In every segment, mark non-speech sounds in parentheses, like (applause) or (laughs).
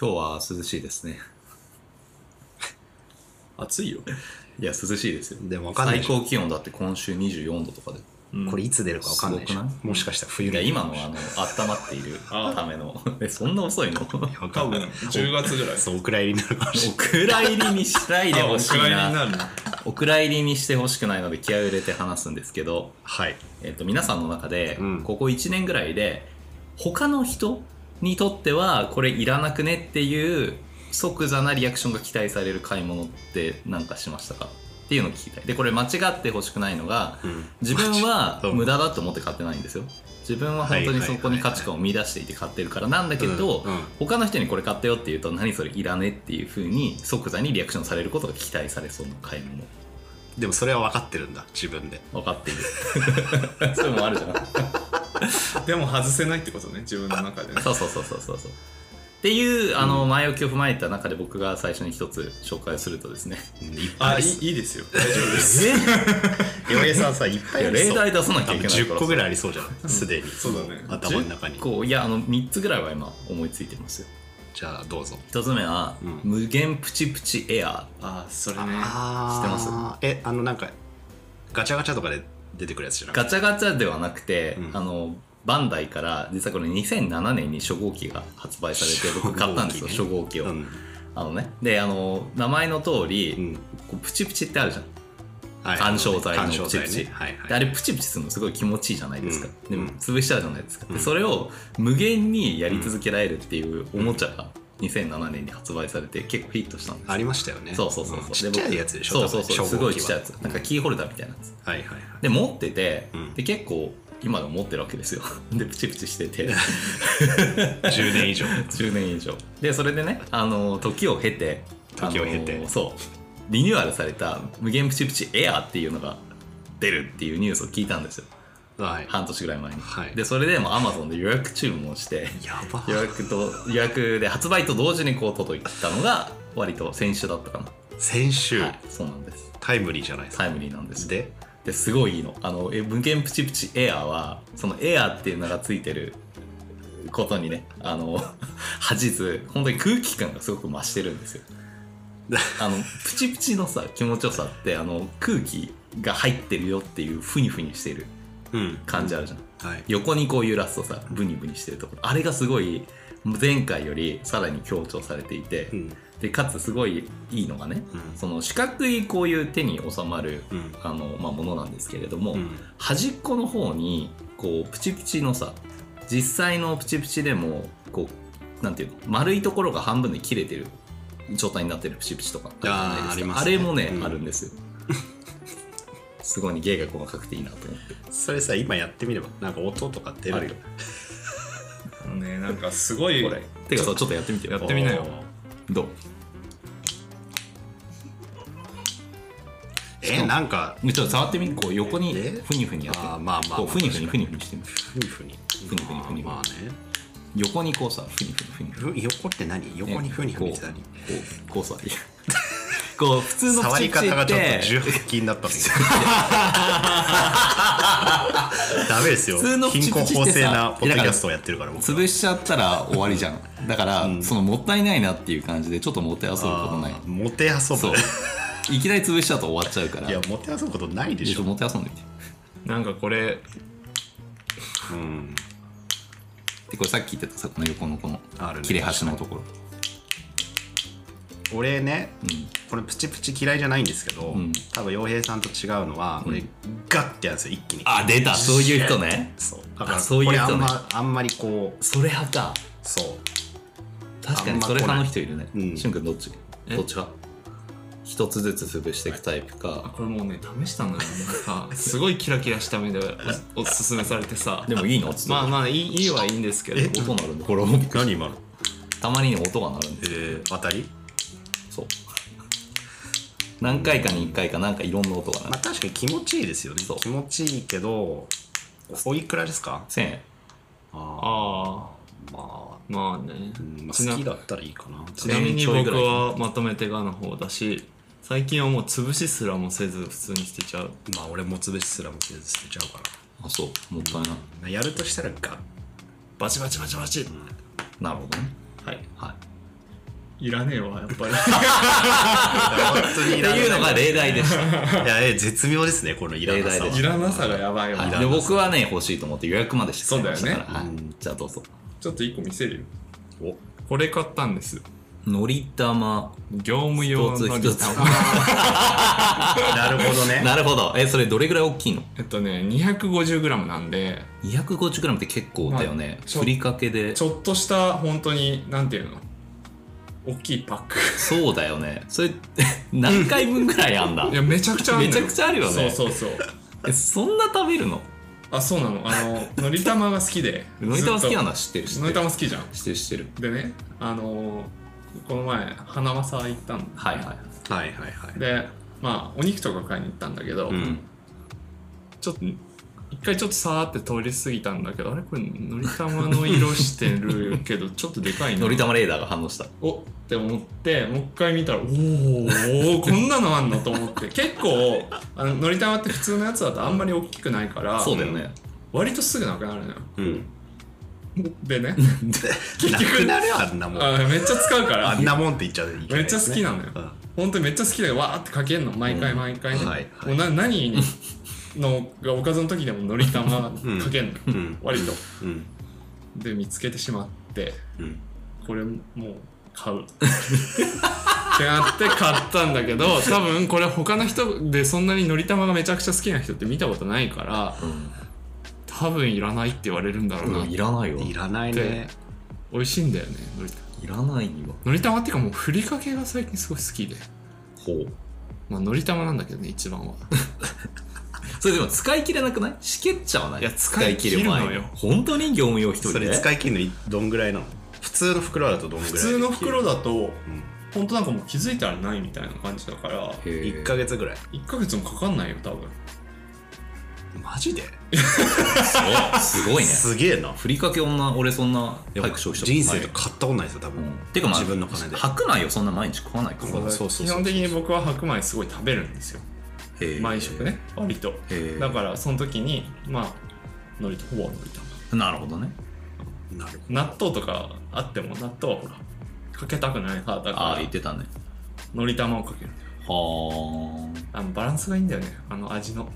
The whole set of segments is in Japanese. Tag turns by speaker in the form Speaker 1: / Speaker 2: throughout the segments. Speaker 1: 今日は涼しいですね。
Speaker 2: (laughs) 暑いよ。
Speaker 1: いや、涼しいですよ。
Speaker 3: でもわかんない
Speaker 2: 最
Speaker 3: でしょ
Speaker 2: 高気温だって今週24度とかで。
Speaker 3: これいつ出るかわかんないでし
Speaker 1: す
Speaker 3: ょ
Speaker 1: ごくない
Speaker 3: もしかしたら冬
Speaker 2: い
Speaker 3: に
Speaker 2: や、今のあの、温まっているああための。 (laughs) え、そんな遅いのお
Speaker 3: わか
Speaker 2: 蔵
Speaker 3: ん
Speaker 2: 入
Speaker 3: ない
Speaker 2: 10月ぐらい
Speaker 3: そうお蔵入りになるかもしれない
Speaker 2: りにしないでほしい
Speaker 1: あお蔵入りに
Speaker 2: な。
Speaker 1: なるの
Speaker 2: お蔵入りにしてほしくないので気合を入れて話すんですけど、
Speaker 3: はい
Speaker 2: えっと、皆さんの中で、
Speaker 3: うん
Speaker 2: ここ1年ぐらいで、他の人にとっては、これいらなくねっていう、即座なリアクションが期待される買い物って何かしましたかっていうのを聞きたい。で、これ間違ってほしくないのが、自分は
Speaker 3: うん
Speaker 2: 無駄だと思って買ってないんですよ自分は本当にそこに価値観を見出していて買ってるからなんだけど、
Speaker 3: うんうん
Speaker 2: 他の人にこれ買ったよって言うと何それいらねっていう風に即座にリアクションされることが期待されそうな買い物
Speaker 3: でもそれは分かってるんだ自分で
Speaker 2: 分かってい
Speaker 3: (laughs)
Speaker 2: るそういうのもあるじゃん
Speaker 1: でも外せないってことね、自分の中でね。
Speaker 2: そうそうそうそうそうそうっていうあの前置きを踏まえた中で僕が最初に一つ紹介をするとですね
Speaker 3: うんいっぱい
Speaker 2: (laughs)
Speaker 1: あ、
Speaker 3: あ
Speaker 1: い
Speaker 3: り
Speaker 1: い
Speaker 3: そう
Speaker 1: いいですよ。大丈夫です。
Speaker 3: 洋平さんさいっぱ
Speaker 2: い
Speaker 3: いあ
Speaker 2: や
Speaker 3: り
Speaker 2: 例
Speaker 3: そう
Speaker 2: 題出さなき
Speaker 3: 多
Speaker 2: ゃい
Speaker 3: 分
Speaker 2: けないから
Speaker 3: 10個ぐらいありそうじゃんすでに
Speaker 1: そうだね
Speaker 3: 頭の中に
Speaker 2: 10個いやあの3つぐらいは今思いついてますよ
Speaker 3: じゃあどうぞ
Speaker 2: 1つ目は、
Speaker 3: うん
Speaker 2: 無限プチプチエアー
Speaker 1: あ、それね。
Speaker 3: あ
Speaker 2: 知って
Speaker 3: ますえあのなんかガチャガチャとかで出てくるやつじゃなく
Speaker 2: ガ
Speaker 3: て
Speaker 2: チャガチャではなくて、
Speaker 3: うん
Speaker 2: あのバンダイから実はこれ2007年に初号機が発売されて僕買ったんですよ初
Speaker 3: 初
Speaker 2: 号機を、
Speaker 3: うん
Speaker 2: あのねであの名前の通り、
Speaker 3: うん
Speaker 2: こうプチプチってあるじゃん、
Speaker 3: はい
Speaker 2: 緩衝材の
Speaker 3: 緩衝材
Speaker 2: プチプチ
Speaker 3: ねはい
Speaker 2: で
Speaker 3: は
Speaker 2: あ
Speaker 3: い
Speaker 2: れプチプチするのすごい気持ちいいじゃないですか、
Speaker 3: うん
Speaker 2: でも潰しちゃうじゃないですか、
Speaker 3: うん
Speaker 2: でそれを無限にやり続けられるっていうおもちゃが2007年に発売されて結構ヒットしたんですよ
Speaker 3: ありましたよね
Speaker 2: そうそうそうそうん
Speaker 3: ちっちゃいやつでし
Speaker 2: そ
Speaker 3: ょ
Speaker 2: うそうそう
Speaker 3: 多分
Speaker 2: すごいちっちゃいやつ
Speaker 3: 初号機
Speaker 2: な
Speaker 3: は
Speaker 2: んかキーホルダーみたいなやつ
Speaker 3: はいはいはい
Speaker 2: で持ってて、
Speaker 3: うん
Speaker 2: で結構今でも持ってるわけですよ (laughs) でプチプチしてて
Speaker 3: 10年以上
Speaker 2: 10年以上でそれでねあの時を経て
Speaker 3: 時を経て
Speaker 2: あのそうリニューアルされた「無限プチプチエアー」っていうのが出るっていうニュースを聞いたんですよ
Speaker 3: はい
Speaker 2: 半年ぐらい前に、
Speaker 3: はい
Speaker 2: でそれでもアマゾンで予約注文して
Speaker 3: やば
Speaker 2: 予約と予約で発売と同時にこう届いたのが割と先週だったかな、
Speaker 3: 先週
Speaker 2: はい、そうなんです
Speaker 3: タイムリーじゃないですか
Speaker 2: タイムリーなんです
Speaker 3: で
Speaker 2: ですごいいいのあのえ無限プチプチエアーはそのエアーっていうのがついてることにねあの (laughs) 恥じず本当に空気感がすごく増してるんですよあのプチプチのさ気持ちよさってあの空気が入ってるよっていうふにふにしてる
Speaker 3: うん
Speaker 2: 感じあるじゃん
Speaker 3: はい
Speaker 2: 横にこう揺らすとさブニブニしてるところあれがすごい前回よりさらに強調されていて、
Speaker 3: うん
Speaker 2: でかつすごいいいのがね、
Speaker 3: うん
Speaker 2: その四角いこういう手に収まる、
Speaker 3: うん
Speaker 2: あのまあ、ものなんですけれども、
Speaker 3: うん
Speaker 2: 端っこの方にこうプチプチのさ実際のプチプチでもこうなんていうの丸いところが半分で切れてる状態になってるプチプチとかあるじゃないですか
Speaker 3: あーあり
Speaker 2: あ
Speaker 3: ますね
Speaker 2: れもね、
Speaker 3: うん
Speaker 2: あるん
Speaker 3: (laughs)
Speaker 2: ですよすごいね芸が細かくていいなと思って
Speaker 3: それさ今やってみればなんか音とか出
Speaker 2: あ
Speaker 3: る
Speaker 2: るよ
Speaker 1: ね、なんかすごい
Speaker 2: こ。れてかさちょっとやってみてよ
Speaker 1: やってみなよ。
Speaker 2: どう
Speaker 3: えなんか
Speaker 2: ねちょっと触ってみこう横に
Speaker 3: え
Speaker 2: ふにふにやって
Speaker 3: あーまあまあ
Speaker 2: こうふにふにふにふにしてみ
Speaker 3: ふにふに
Speaker 2: ふにふにふに
Speaker 3: まあね
Speaker 2: 横にこうさふにふにふにふに
Speaker 3: ふ横って何横にふにふにって何
Speaker 2: こうこうさいや (laughs) こう普通の
Speaker 3: 触
Speaker 2: プ
Speaker 3: り
Speaker 2: チプチ
Speaker 3: 方
Speaker 2: っ
Speaker 3: がちょっと
Speaker 2: て
Speaker 3: 重腹筋だったんですよ
Speaker 2: (laughs)
Speaker 3: ダメですよ
Speaker 2: 普通のプチ
Speaker 3: 貧
Speaker 2: プチ
Speaker 3: 困
Speaker 2: ってさ
Speaker 3: 法制なポッドキャストをやってるから僕
Speaker 2: 潰しちゃったら終わりじゃんだから、そのもったいないなっていう感じでちょっともてあそぶことない
Speaker 3: あーモテ遊
Speaker 2: そう
Speaker 3: ぶ
Speaker 2: いきなり潰しちゃうと終わっちゃうから
Speaker 3: いやモテ遊ぶことないで
Speaker 2: ちょっ
Speaker 3: し
Speaker 2: と
Speaker 3: ょ
Speaker 2: もてあそんでみて
Speaker 1: なんかこれ、
Speaker 3: うん
Speaker 2: でこれさっき言ってたさこの横のこの
Speaker 3: あるね
Speaker 2: 切れ端のところ
Speaker 3: 俺ね、これプチプチ嫌いじゃないんですけど、
Speaker 2: ん
Speaker 3: 多分洋平さんと違うのは、俺ガッてやるんですよ一気に
Speaker 2: あ出たそういう人ね
Speaker 3: そうだから
Speaker 2: あそういう
Speaker 3: これ
Speaker 2: 人
Speaker 3: あん,、
Speaker 2: ね
Speaker 3: まあんまりこう
Speaker 2: それ派か
Speaker 3: そう
Speaker 2: 確かにそれ派の人いるね、
Speaker 3: うん
Speaker 2: しゅんくんどっち
Speaker 1: え
Speaker 2: どっち派一つずつ潰していくタイプ
Speaker 1: あ
Speaker 2: か
Speaker 1: これもうね試したのよ
Speaker 2: (laughs)
Speaker 1: なんかすごいキラキラした目でおおすすめされてさ
Speaker 2: でもいいのっつって
Speaker 1: まあまあいいいいはいいんですけど
Speaker 2: 音鳴るんでこれもびっくり
Speaker 3: 何今の
Speaker 2: したたまに音が鳴るんで
Speaker 3: えー、当たり
Speaker 2: そう何回かに1回かなんかいろんな音が鳴
Speaker 3: まあ
Speaker 2: る
Speaker 3: 確かに気持ちいいですよね
Speaker 2: そう
Speaker 3: 気持ちいいけどおいくらですか
Speaker 2: 1000円
Speaker 3: あ
Speaker 1: ああ
Speaker 3: あま
Speaker 1: まあね
Speaker 3: あ、うんまあ
Speaker 1: ちな
Speaker 3: 好きだったらいいかな
Speaker 1: ちなみに
Speaker 2: 1000円ちょいぐ
Speaker 1: 僕
Speaker 2: らい
Speaker 1: はまとめてがの方だし最近はもう潰しすらもせず普通に捨てちゃう
Speaker 3: まあ俺もつべしすらもせず捨てちゃうか
Speaker 2: あそうもったいない
Speaker 3: らやるとしたらガ
Speaker 1: バチバチバチバチ
Speaker 2: なるほどね
Speaker 1: はい
Speaker 2: はい
Speaker 1: いらねえわやっぱり
Speaker 2: (laughs)
Speaker 3: 本当に
Speaker 2: って
Speaker 3: いらない
Speaker 2: いうのが例題で
Speaker 1: (laughs)
Speaker 2: した
Speaker 3: いやえー絶妙ですねこのいらなさはい
Speaker 1: らなさがやばいわ、
Speaker 2: はい、で僕はね欲しいと思って予約までして
Speaker 1: そうだよね
Speaker 2: 買いましたからはい
Speaker 3: うん
Speaker 2: じゃあどうぞ
Speaker 1: ちょっと一個見せるよ
Speaker 3: お
Speaker 1: これ買ったんです
Speaker 2: のり玉
Speaker 1: 業務用の
Speaker 2: 一つ一つ
Speaker 3: なるほどね
Speaker 2: なるほどえそれどれぐらい大きいの
Speaker 1: (laughs) えっとね 250g なんで
Speaker 2: 250g って結構だよね
Speaker 1: まあちょ
Speaker 2: ふりかけで
Speaker 1: ちょっとした本当になんていうの大きい
Speaker 2: (laughs)
Speaker 1: パック
Speaker 2: そうだよねそれ (laughs) 何回分ぐらいあんだ
Speaker 1: (laughs) いやめちゃくちゃある
Speaker 2: めちゃくちゃあるよね
Speaker 1: そうそうそう
Speaker 2: えそんな食べるの
Speaker 1: あそうなのあののり玉が好きで
Speaker 2: (laughs) のり玉好きなのは知ってる
Speaker 1: ず
Speaker 2: 知
Speaker 1: っと
Speaker 2: ってる
Speaker 1: のり玉好きじゃん
Speaker 2: 知ってる知ってる
Speaker 1: でねあのーこの前花正行ったの
Speaker 2: はいはい
Speaker 3: はいはいはい
Speaker 1: でまあお肉とか買いに行ったんだけど、
Speaker 3: うん
Speaker 1: ちょっと一回ちょっとさーって通り過ぎたんだけどあれこれのり玉の色してるけどちょっとでかい
Speaker 2: (laughs)
Speaker 1: な
Speaker 2: のり玉レーダーが反応した
Speaker 1: おって思ってもう一回見たらおーおーこんなのあんのと思
Speaker 3: (laughs)
Speaker 1: って結構あののり玉って普通のやつだとあんまり大きくないから
Speaker 2: そうだよね
Speaker 1: 割とすぐなくなるのよ
Speaker 3: うん
Speaker 1: でね
Speaker 3: なくなるよあんなもん
Speaker 1: あめっちゃ使うから
Speaker 3: あんなもんって言っちゃういけない
Speaker 1: めっちゃ好きなのよ
Speaker 3: うん
Speaker 1: 本当にめっちゃ好きでわーってかけるの毎回毎回ね、
Speaker 3: はいはい
Speaker 1: もうな何にのがおかずの時でものり玉かけるの、
Speaker 3: うん
Speaker 1: 割と
Speaker 3: うん
Speaker 1: で見つけてしまって
Speaker 3: うん
Speaker 1: これもう買うってなって買ったんだけど多分これ他の人でそんなにのり玉がめちゃくちゃ好きな人って見たことないから多分いらないって言われるんだろうな、
Speaker 2: うんいらないよ
Speaker 3: いらないね
Speaker 1: 美味しいんだよねのり玉
Speaker 2: いらないよ
Speaker 1: のり玉っていうかもうふりかけが最近すごい好きで
Speaker 2: ほう
Speaker 1: まあのり玉なんだけどね一番は
Speaker 2: それでも使い切れなくないしけっちゃわない
Speaker 1: いや使い切るのよ
Speaker 2: 使い切る前に本当に業務用一人
Speaker 3: そ
Speaker 2: で
Speaker 3: れ使い切るのいどんぐらいなの普通の袋だとどんぐらい
Speaker 1: 普通の袋
Speaker 3: だ
Speaker 1: だと
Speaker 3: うん
Speaker 1: 本当なんかもう気づいたらないみたいな感じだから
Speaker 2: へー
Speaker 3: 1ヶ月ぐらい
Speaker 1: 1ヶ月もかかんないよ多分
Speaker 3: マジです
Speaker 2: ごいね
Speaker 3: すげえな
Speaker 2: ふりかけ女俺そんな早く消費したことない
Speaker 3: 人生で買ったことないですよ多
Speaker 2: う
Speaker 3: 分
Speaker 2: んてかまあ
Speaker 3: 自分の金で
Speaker 2: 白米をそんな毎日食わないか
Speaker 3: そ
Speaker 2: ら
Speaker 3: うだそうそうそう
Speaker 1: 基本的に僕は白米すごい食べるんですよ
Speaker 2: へー
Speaker 1: 毎食ね割と
Speaker 2: へー
Speaker 1: だからその時にまあ海苔とほぼ海苔と
Speaker 2: なるほどね
Speaker 3: なるほ
Speaker 1: 納豆とかあっても納豆はほらかけたくない派だ
Speaker 2: ああ
Speaker 1: から
Speaker 2: 言ってたね
Speaker 1: のり玉をかける
Speaker 2: は
Speaker 1: あのバランスがいいんだよねあの味の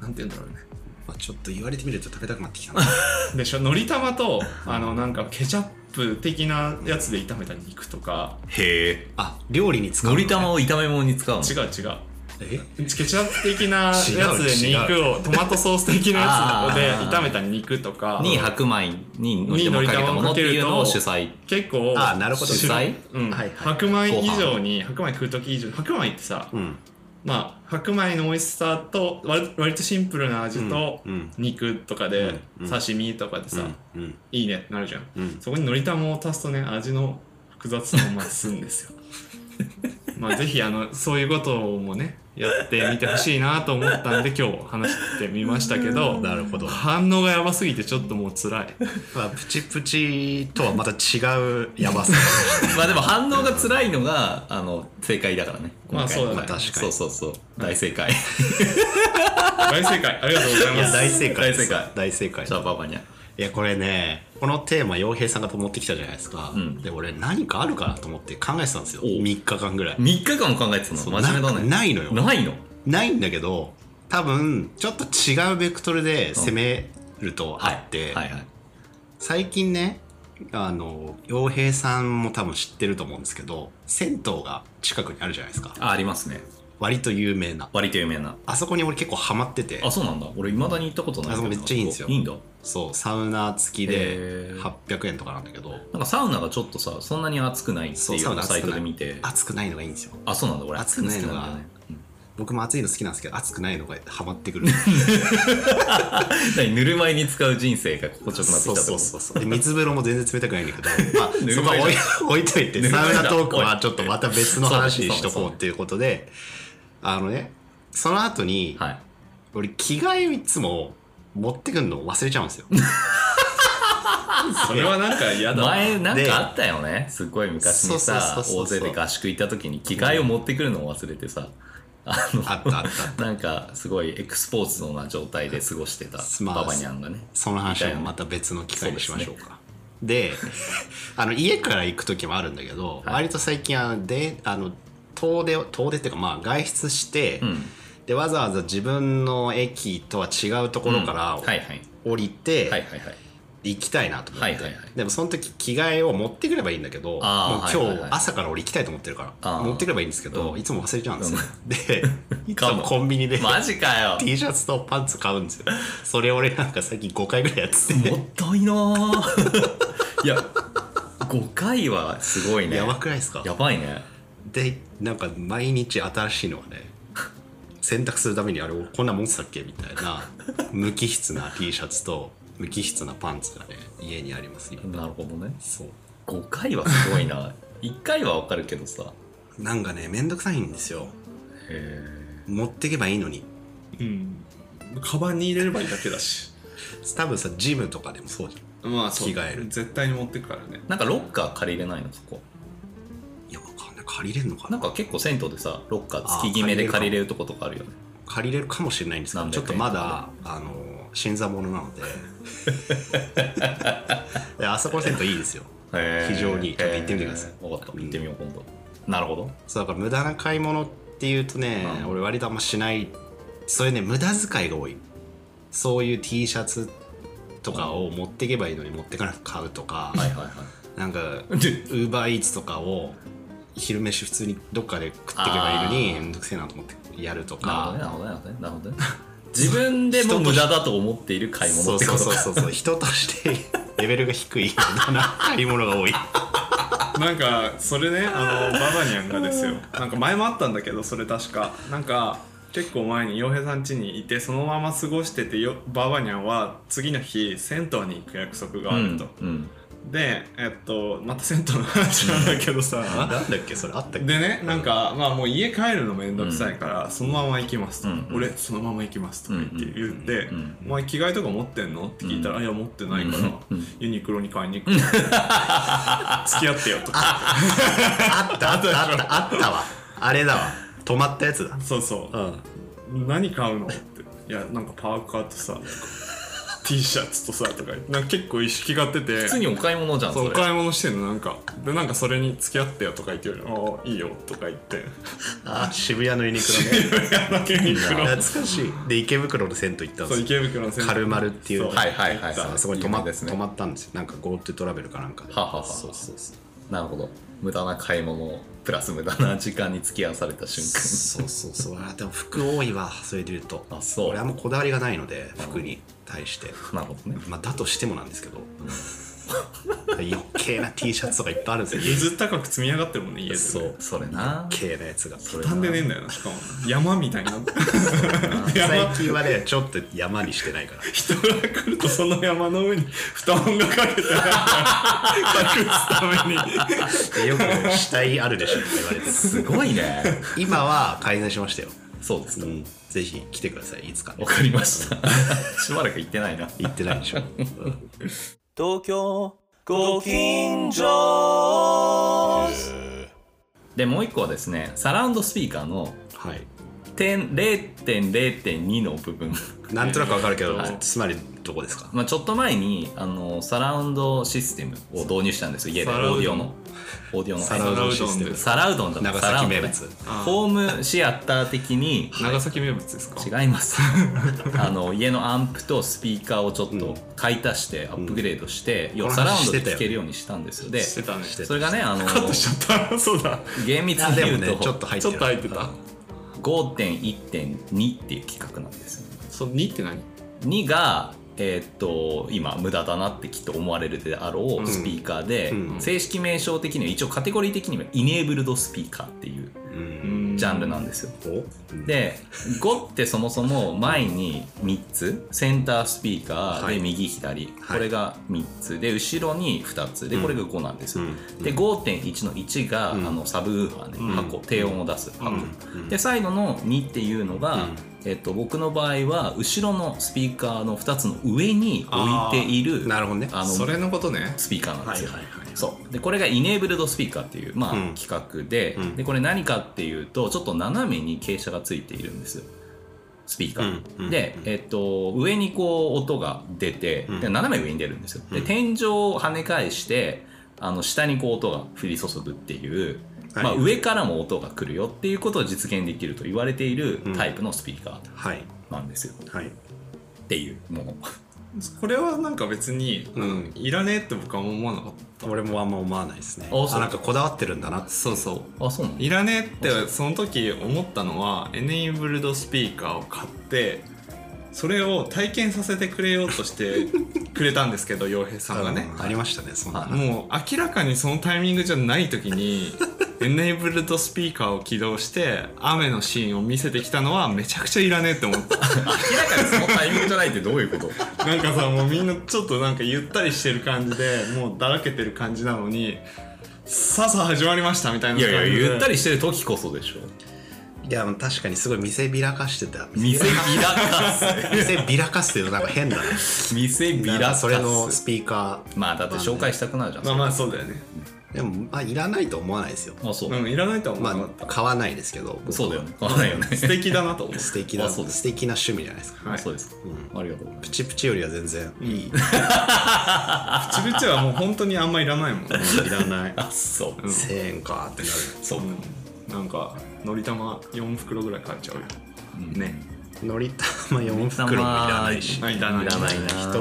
Speaker 1: なんて言うんだろうね
Speaker 3: どまあちょっと言われてみると食べたくなってき (laughs) たな
Speaker 1: でしょのり玉とあのなんかケチャップ的なやつで炒めた肉とか
Speaker 2: あへえ
Speaker 3: あ料理に使う
Speaker 2: の
Speaker 3: の
Speaker 2: り玉を炒め物に使うの
Speaker 1: 違う違う
Speaker 3: え
Speaker 1: ケチャップ的なやつで
Speaker 3: 違う
Speaker 1: 肉をトマトソース的なやつで
Speaker 2: あー
Speaker 1: 炒めた肉とか
Speaker 2: に白米にのり玉をかけたものっていうのを主催
Speaker 1: 結構
Speaker 3: あーなるほど
Speaker 1: 白い
Speaker 2: 主
Speaker 1: うん
Speaker 3: はいはい
Speaker 1: 白米以上に白米食う時以上に白米ってさ、
Speaker 3: うん
Speaker 1: まあ白米の美味しさと割割とシンプルな味と
Speaker 3: うんうん
Speaker 1: 肉とかで
Speaker 3: うんうん
Speaker 1: 刺身とかで
Speaker 3: う
Speaker 1: さ、
Speaker 3: んうん
Speaker 1: いいねってなるじゃん、
Speaker 3: うん
Speaker 1: そこにのり玉を足すとね味の複雑さも増すんですよ (laughs) まあぜひあのそういうこともねやってみてほしいなと思ったんで今日話してみましたけど
Speaker 3: なるほど
Speaker 1: 反応がやばすぎてちょっともう
Speaker 3: (laughs)
Speaker 1: 辛い
Speaker 3: まあプチプチとはまた違うやばさ
Speaker 2: まあでも反応が辛いのがあの正解だからね
Speaker 1: ま
Speaker 2: 今
Speaker 1: あ
Speaker 2: 回
Speaker 1: そうだね
Speaker 2: はい
Speaker 3: 確かに
Speaker 2: そうそうそう大正解 (laughs)
Speaker 1: 大正解ありがとうござい
Speaker 3: い
Speaker 1: ま
Speaker 3: や
Speaker 1: す
Speaker 3: 大正解です
Speaker 2: 大正解
Speaker 3: 大正解
Speaker 2: じゃあパパにゃ
Speaker 3: いやこれねこのテーマ洋平さんが持ってきたじゃないですか、
Speaker 2: うん
Speaker 3: で俺何かあるかなと思って考えてたんですよ
Speaker 2: お
Speaker 3: 3日間ぐらい
Speaker 2: 3日間も考えてたの真面目だね
Speaker 3: ないのよ
Speaker 2: ないの
Speaker 3: ないんだけど多分ちょっと違うベクトルで攻めるとあって、
Speaker 2: はいはい
Speaker 3: 最近ねあの洋平さんも多分知ってると思うんですけど銭湯が近くにあるじゃないですか
Speaker 2: あありますね
Speaker 3: 割と有名な
Speaker 2: 割と有名な
Speaker 3: あそこに俺結構ハマってて
Speaker 2: あそうなんだ俺いまだに行ったことない
Speaker 3: あそこめっちゃいいんですよ
Speaker 2: いいんだ
Speaker 3: そうサウナ付きで
Speaker 2: へー
Speaker 3: 800円とかなんだけど
Speaker 2: なんかサウナがちょっとさそんなに暑くないって
Speaker 3: そう
Speaker 2: いう
Speaker 3: サウナ
Speaker 2: のを
Speaker 3: 暑くな
Speaker 2: サ
Speaker 3: い
Speaker 2: イトで見て
Speaker 3: 暑くないのがいいんですよ
Speaker 2: あそうなんだ俺
Speaker 3: 暑くないのが
Speaker 2: 暑く好きなんだよね
Speaker 3: 僕も暑いの好きなんですけど暑くないのがハマってくる
Speaker 2: 何ぬるま湯に使う人生が心地よくなって
Speaker 3: そ
Speaker 2: き
Speaker 3: う
Speaker 2: たって
Speaker 3: そ
Speaker 2: こ
Speaker 3: う
Speaker 2: と
Speaker 3: そうそうで水風呂も全然冷たくないんだ (laughs) けど、まあ、
Speaker 2: ぬ
Speaker 3: そ
Speaker 2: る
Speaker 3: こ
Speaker 2: ま湯
Speaker 3: は
Speaker 2: だ
Speaker 3: 置い置いといて
Speaker 2: ぬるま湯
Speaker 3: サウ
Speaker 2: だ
Speaker 3: ナトークはちょっとまた別の話にしとこうっていうことであのねその後に
Speaker 2: はい
Speaker 3: 俺着替えをいつも持ってくるのを忘れちゃうん (laughs) ですよ
Speaker 1: それはなんか嫌だ
Speaker 2: 前なんかあったよねすごい昔にさ
Speaker 3: そうそうそうそう
Speaker 2: 大勢で合宿行った時に着替えを持ってくるのを忘れてさあの
Speaker 3: あったあった
Speaker 2: なんかすごいエクスポーツのな状態で過ごしてた
Speaker 3: まあ
Speaker 2: ババニャンがね
Speaker 3: その話はまた別の機会にしましょうか。であの家から行く時もあるんだけど、
Speaker 2: はい
Speaker 3: 割と最近あのであの遠出を遠出っていうかまあ外出して、
Speaker 2: うん
Speaker 3: でわざわざ自分の駅とは違うところか
Speaker 2: うん
Speaker 3: ら
Speaker 2: はいはい
Speaker 3: 降りて、
Speaker 2: はいはいはい
Speaker 3: 行きたいなと思って、
Speaker 2: はいはいはい
Speaker 3: でもその時着替えを持ってくればいいんだけどもう
Speaker 2: あ
Speaker 3: 今
Speaker 2: ーはいはいはい
Speaker 3: 日朝から俺行きたいと思ってるから
Speaker 2: あー
Speaker 3: 持ってくればいいんですけど、
Speaker 2: うん
Speaker 3: いつも忘れちゃうんですよ、で
Speaker 2: (laughs)
Speaker 3: いつ
Speaker 2: か
Speaker 3: も
Speaker 2: も
Speaker 3: コンビニで
Speaker 2: マジか
Speaker 3: (laughs)
Speaker 2: よ
Speaker 3: T シャツとパンツ買うんですよそれ俺なんか最近5回ぐらいやってて
Speaker 2: もったいなー (laughs) いや5回はすごいね
Speaker 3: やばくないですか
Speaker 2: やばいね
Speaker 3: でなんか毎日新しいのがね洗濯するためにあれこんなもんつだっけみたい (laughs) な無機質な T シャツと無機質なパンツがね家にあります今
Speaker 2: なるほどね
Speaker 3: そう
Speaker 2: 5回はすごい
Speaker 3: (laughs)
Speaker 2: な1回はわかるけどさ
Speaker 3: なんかねめんどくさいんですよ
Speaker 2: へ
Speaker 3: 持ってけばいいのに
Speaker 1: うんカバンに入れればいいだけだし
Speaker 3: 多分さジムとかでもそうじゃん
Speaker 1: まあそう
Speaker 3: 着替える
Speaker 1: 絶対に持ってくからね
Speaker 2: えなんかロッカー借りれないのそこ
Speaker 3: いやわかんない借りれるのか
Speaker 2: な
Speaker 3: なん
Speaker 2: か結構銭湯でさロッカー月決めで借りれるとことかあるよね
Speaker 3: 借りれるかもしれないんですけど
Speaker 2: 何
Speaker 3: ちょ
Speaker 2: 百
Speaker 3: っ
Speaker 2: 円
Speaker 3: とまだあの新参者な (laughs) のでであそこの銭湯いいですよ
Speaker 2: へー
Speaker 3: 非常にちょっと行ってみてください
Speaker 2: へーわかった行ってみよう今度なるほど
Speaker 3: そうだから無駄な買い物っていうとね、
Speaker 2: うん
Speaker 3: 俺割とあんましないそれね無駄遣いが多いそういう T シャツとかを持っていけばいいのに持ってかなく買うとか、
Speaker 2: はいはいはい
Speaker 3: なんかウ
Speaker 2: で
Speaker 3: ーバーイーツとかを昼飯普通にどっかで食っていけばいいの
Speaker 2: あ
Speaker 3: に
Speaker 2: ー
Speaker 3: めんどくせえなと思ってやると
Speaker 2: な
Speaker 3: か
Speaker 2: るほどねなるほどねなるほど (laughs) ね自分でも無駄だと思っている買い
Speaker 3: そ
Speaker 2: 物っ
Speaker 3: う
Speaker 2: て
Speaker 3: そ
Speaker 2: こ
Speaker 3: う
Speaker 2: と
Speaker 3: そう
Speaker 2: か
Speaker 3: そうそう人として (laughs) レベルが低い無駄な買い物が多い
Speaker 1: なんかそれねあのババニャンがですよなんか前もあったんだけどそれ確かなんか結構前に洋平さん家にいてそのまま過ごしててよババニャンは次の日銭湯に行く約束があると、
Speaker 2: うん
Speaker 1: でえっとまた銭湯の話なんだけど
Speaker 3: な
Speaker 1: さ
Speaker 3: んだっけそれあったっけ
Speaker 1: (laughs) でねなんかまあもう家帰るのめんどくさいから、そのまま行きますと、
Speaker 2: うんうん
Speaker 1: 俺そのまま行きますとか言って言って、
Speaker 2: うんうん
Speaker 1: お前着替えとか持ってんのって聞いたら、
Speaker 2: う
Speaker 1: いや持ってないから、
Speaker 2: うん
Speaker 1: ユニクロに買いに
Speaker 2: (laughs)
Speaker 1: 行く付き合ってよとか
Speaker 3: あったあったあったあったわあれだわ止まったやつだ
Speaker 1: そうそう
Speaker 3: う、ん
Speaker 1: 何買うのって「いやなんかパーカーとさとか T シャツとさ」とかなんか結構意識が出て
Speaker 2: 普通にお買い物じゃん
Speaker 1: そうお
Speaker 2: それ
Speaker 1: 買い物してんのなんかでなんかそれに「付き合ってよ」とか言ってるああいいよ」とか言って
Speaker 3: あ渋谷のユニクロね
Speaker 1: いやなんかユニクロ
Speaker 3: 懐かしいで池袋の銭湯行ったん
Speaker 1: そう
Speaker 3: ですよ
Speaker 1: 池袋の先
Speaker 3: カルマルっていう
Speaker 1: そう
Speaker 2: はいはいはい
Speaker 3: あそこに泊ま
Speaker 2: いいですね
Speaker 3: 泊まったんですよなんか GoTo トラベルかなんかで
Speaker 2: はあはあはあ
Speaker 3: そうそうそう
Speaker 2: なるほど無駄な買い物プラス無駄な時間に付き合わされた瞬間
Speaker 3: そうそうそうあでも服多いわそれで言うと
Speaker 2: あそう
Speaker 3: 俺あんまこだわりがないので服に対して
Speaker 2: (laughs) なるほどね
Speaker 3: まあだとしてもなんですけど余計な T シャツとかいっぱいあるんですよ
Speaker 1: 譲った高く積み上がってるもんね家で
Speaker 2: そうそれな
Speaker 3: 余計なやつが
Speaker 2: れ
Speaker 1: 畳んでねえんだよなしかも山みたいな
Speaker 3: 最
Speaker 1: 山
Speaker 3: 近はねちょっと山にしてないから
Speaker 1: 人が来るとその山の上に布団がかけてあるから隠すため
Speaker 3: で
Speaker 1: に
Speaker 3: よくね死体あるでしょって言われて
Speaker 2: すごいね
Speaker 3: (laughs) 今は改善しましたよ
Speaker 2: そうです
Speaker 3: う
Speaker 2: か
Speaker 3: ん、ぜひ来てくださいいつか
Speaker 2: (laughs) わかりました (laughs) しばらく行ってないな
Speaker 3: 行ってないでしょ、
Speaker 4: 東京ご近所
Speaker 2: でもう一個はですねサラウンドスピーカーの
Speaker 3: はい
Speaker 2: 点0.0.2の部分
Speaker 3: なんとなくわかるけど、
Speaker 2: はい
Speaker 3: つまりどこですか
Speaker 2: まあちょっと前にあのサラウンドシステムを導入したんですよ家でオ
Speaker 1: サラウド
Speaker 2: ーディオのオーディオの
Speaker 3: サラウドシステム
Speaker 2: サラウドンだった
Speaker 3: 長
Speaker 2: サラウ
Speaker 3: 崎
Speaker 2: ンド
Speaker 3: 名
Speaker 2: ね
Speaker 3: 物
Speaker 2: ホームシアター的に
Speaker 1: (laughs) 長崎名物ですか
Speaker 2: 違います
Speaker 3: (laughs)
Speaker 2: あの家のアンプとスピーカーをちょっと買い足してアップグレードして、要は
Speaker 3: こ
Speaker 2: サ
Speaker 3: の
Speaker 2: ラウ
Speaker 3: 話
Speaker 2: ンドで
Speaker 3: してたよ
Speaker 2: 聴けるようにしたんですよで
Speaker 1: してたね
Speaker 2: それがねあの
Speaker 1: カットしちゃったそうだ
Speaker 2: 厳密
Speaker 3: あ
Speaker 2: に
Speaker 3: で
Speaker 2: 言
Speaker 3: も
Speaker 2: うと、 (laughs)
Speaker 3: ねちょっと入っ
Speaker 1: ち
Speaker 3: て
Speaker 1: ょ
Speaker 3: る
Speaker 1: っと入ってた
Speaker 2: 5.1.2っていう企画なんですよ
Speaker 1: その2って何
Speaker 2: 2がえーっと今無駄だなってきっと思われるであろうスピーカーで、
Speaker 3: うん
Speaker 2: 正式名称的には一応カテゴリー的にはイネーブルドスピーカーっていう
Speaker 3: うん
Speaker 2: ジャンルなんですよ。
Speaker 3: おうん
Speaker 2: で5ってそもそも前に3つセンタースピーカー
Speaker 3: は
Speaker 2: で
Speaker 3: い
Speaker 2: 右左、
Speaker 3: はい
Speaker 2: これが3つで後ろに2つでこれが5なんですよ、
Speaker 3: うん
Speaker 2: で5.1の1が、
Speaker 3: うん
Speaker 2: あのサブウーファーね、
Speaker 3: うん
Speaker 2: 箱低音を出す箱、
Speaker 3: うん
Speaker 2: で最後の2っていうのが、
Speaker 3: うん
Speaker 2: えっと、僕の場合は後ろのスピーカーの2つの上に置いている
Speaker 3: なるほどね
Speaker 2: あ
Speaker 1: そ
Speaker 2: の
Speaker 1: れのことね
Speaker 2: スピーカーなんですよ、
Speaker 3: はいはいはい
Speaker 2: そうでこれがイネーブルドスピーカーっていう、まあ
Speaker 3: うん
Speaker 2: 企画で,、
Speaker 3: うん
Speaker 2: でこれ何かっていうとちょっと斜めに傾斜がついているんですよスピーカー、
Speaker 3: うんうん
Speaker 2: で、えっと、上にこう音が出て、
Speaker 3: うん
Speaker 2: で斜め上に出るんですよで
Speaker 3: うん
Speaker 2: 天井を跳ね返してあの下にこう音が降り注ぐっていう、
Speaker 3: はい
Speaker 2: まあ、上からも音が来るよっていうことを実現できると言われているタイプのスピーカ
Speaker 3: はい
Speaker 2: ーなんですよ、っ
Speaker 3: はい
Speaker 2: ていうもの
Speaker 1: これはなんか別に、
Speaker 3: うん
Speaker 1: いらねえって僕は思わなかった
Speaker 3: 俺もあんま思わないですね
Speaker 2: あそう
Speaker 3: あなんかこだわってるんだなって
Speaker 1: そうそう
Speaker 2: あそうなんだ
Speaker 1: いらねえってその時思ったのはエネイブルドスピーカーを買ってそれを体験させてくれようとしてくれたんですけど洋平さんがね
Speaker 3: うんありましたねそんなの
Speaker 1: もう明らかにそのタイミングじゃない時にエネイブルドスピーカーを起動して雨のシーンを見せてきたのはめちゃくちゃいらねえって思った
Speaker 2: 明らかにそのタイミングじゃないってどういうこと
Speaker 1: なんかさもうみんなちょっとなんかゆったりしてる感じでもうだらけてる感じなのにさあさあ始まりましたみたいない感じで
Speaker 2: やいやゆったりしてる時こそでしょ
Speaker 3: いや確かにすごい見せびらかしてた
Speaker 2: 見せびらかす
Speaker 3: 見せびらかすっていうのなんか変だな
Speaker 2: 見せびら
Speaker 3: なん
Speaker 2: か
Speaker 3: か
Speaker 2: す
Speaker 3: それのスピーカー
Speaker 2: まあだって紹介したくなるじゃん、
Speaker 1: まあまあそうだよね
Speaker 3: でもまあいらないと思わないですよ
Speaker 2: あそう、
Speaker 1: うんいらないとは思わなか
Speaker 3: ま
Speaker 1: った
Speaker 3: あ買わないですけど僕は
Speaker 2: そうだよね買わないよね
Speaker 1: 素敵だなと思う
Speaker 3: 素敵な
Speaker 2: あそうです
Speaker 3: 素敵な趣味じゃないですか
Speaker 1: はい
Speaker 2: そうです、
Speaker 3: う
Speaker 2: ありがとうございます
Speaker 3: プチプチよりは全然いい
Speaker 1: プチプチはもう本当にあんまいらないもん、
Speaker 3: いらない
Speaker 2: あそう、
Speaker 1: ん
Speaker 3: 1000円かってな
Speaker 2: そうか、
Speaker 1: うんなんかのり玉4袋ぐらい買っちゃうよね
Speaker 3: るのりたま4袋もいらないし
Speaker 1: あいら
Speaker 2: いらないな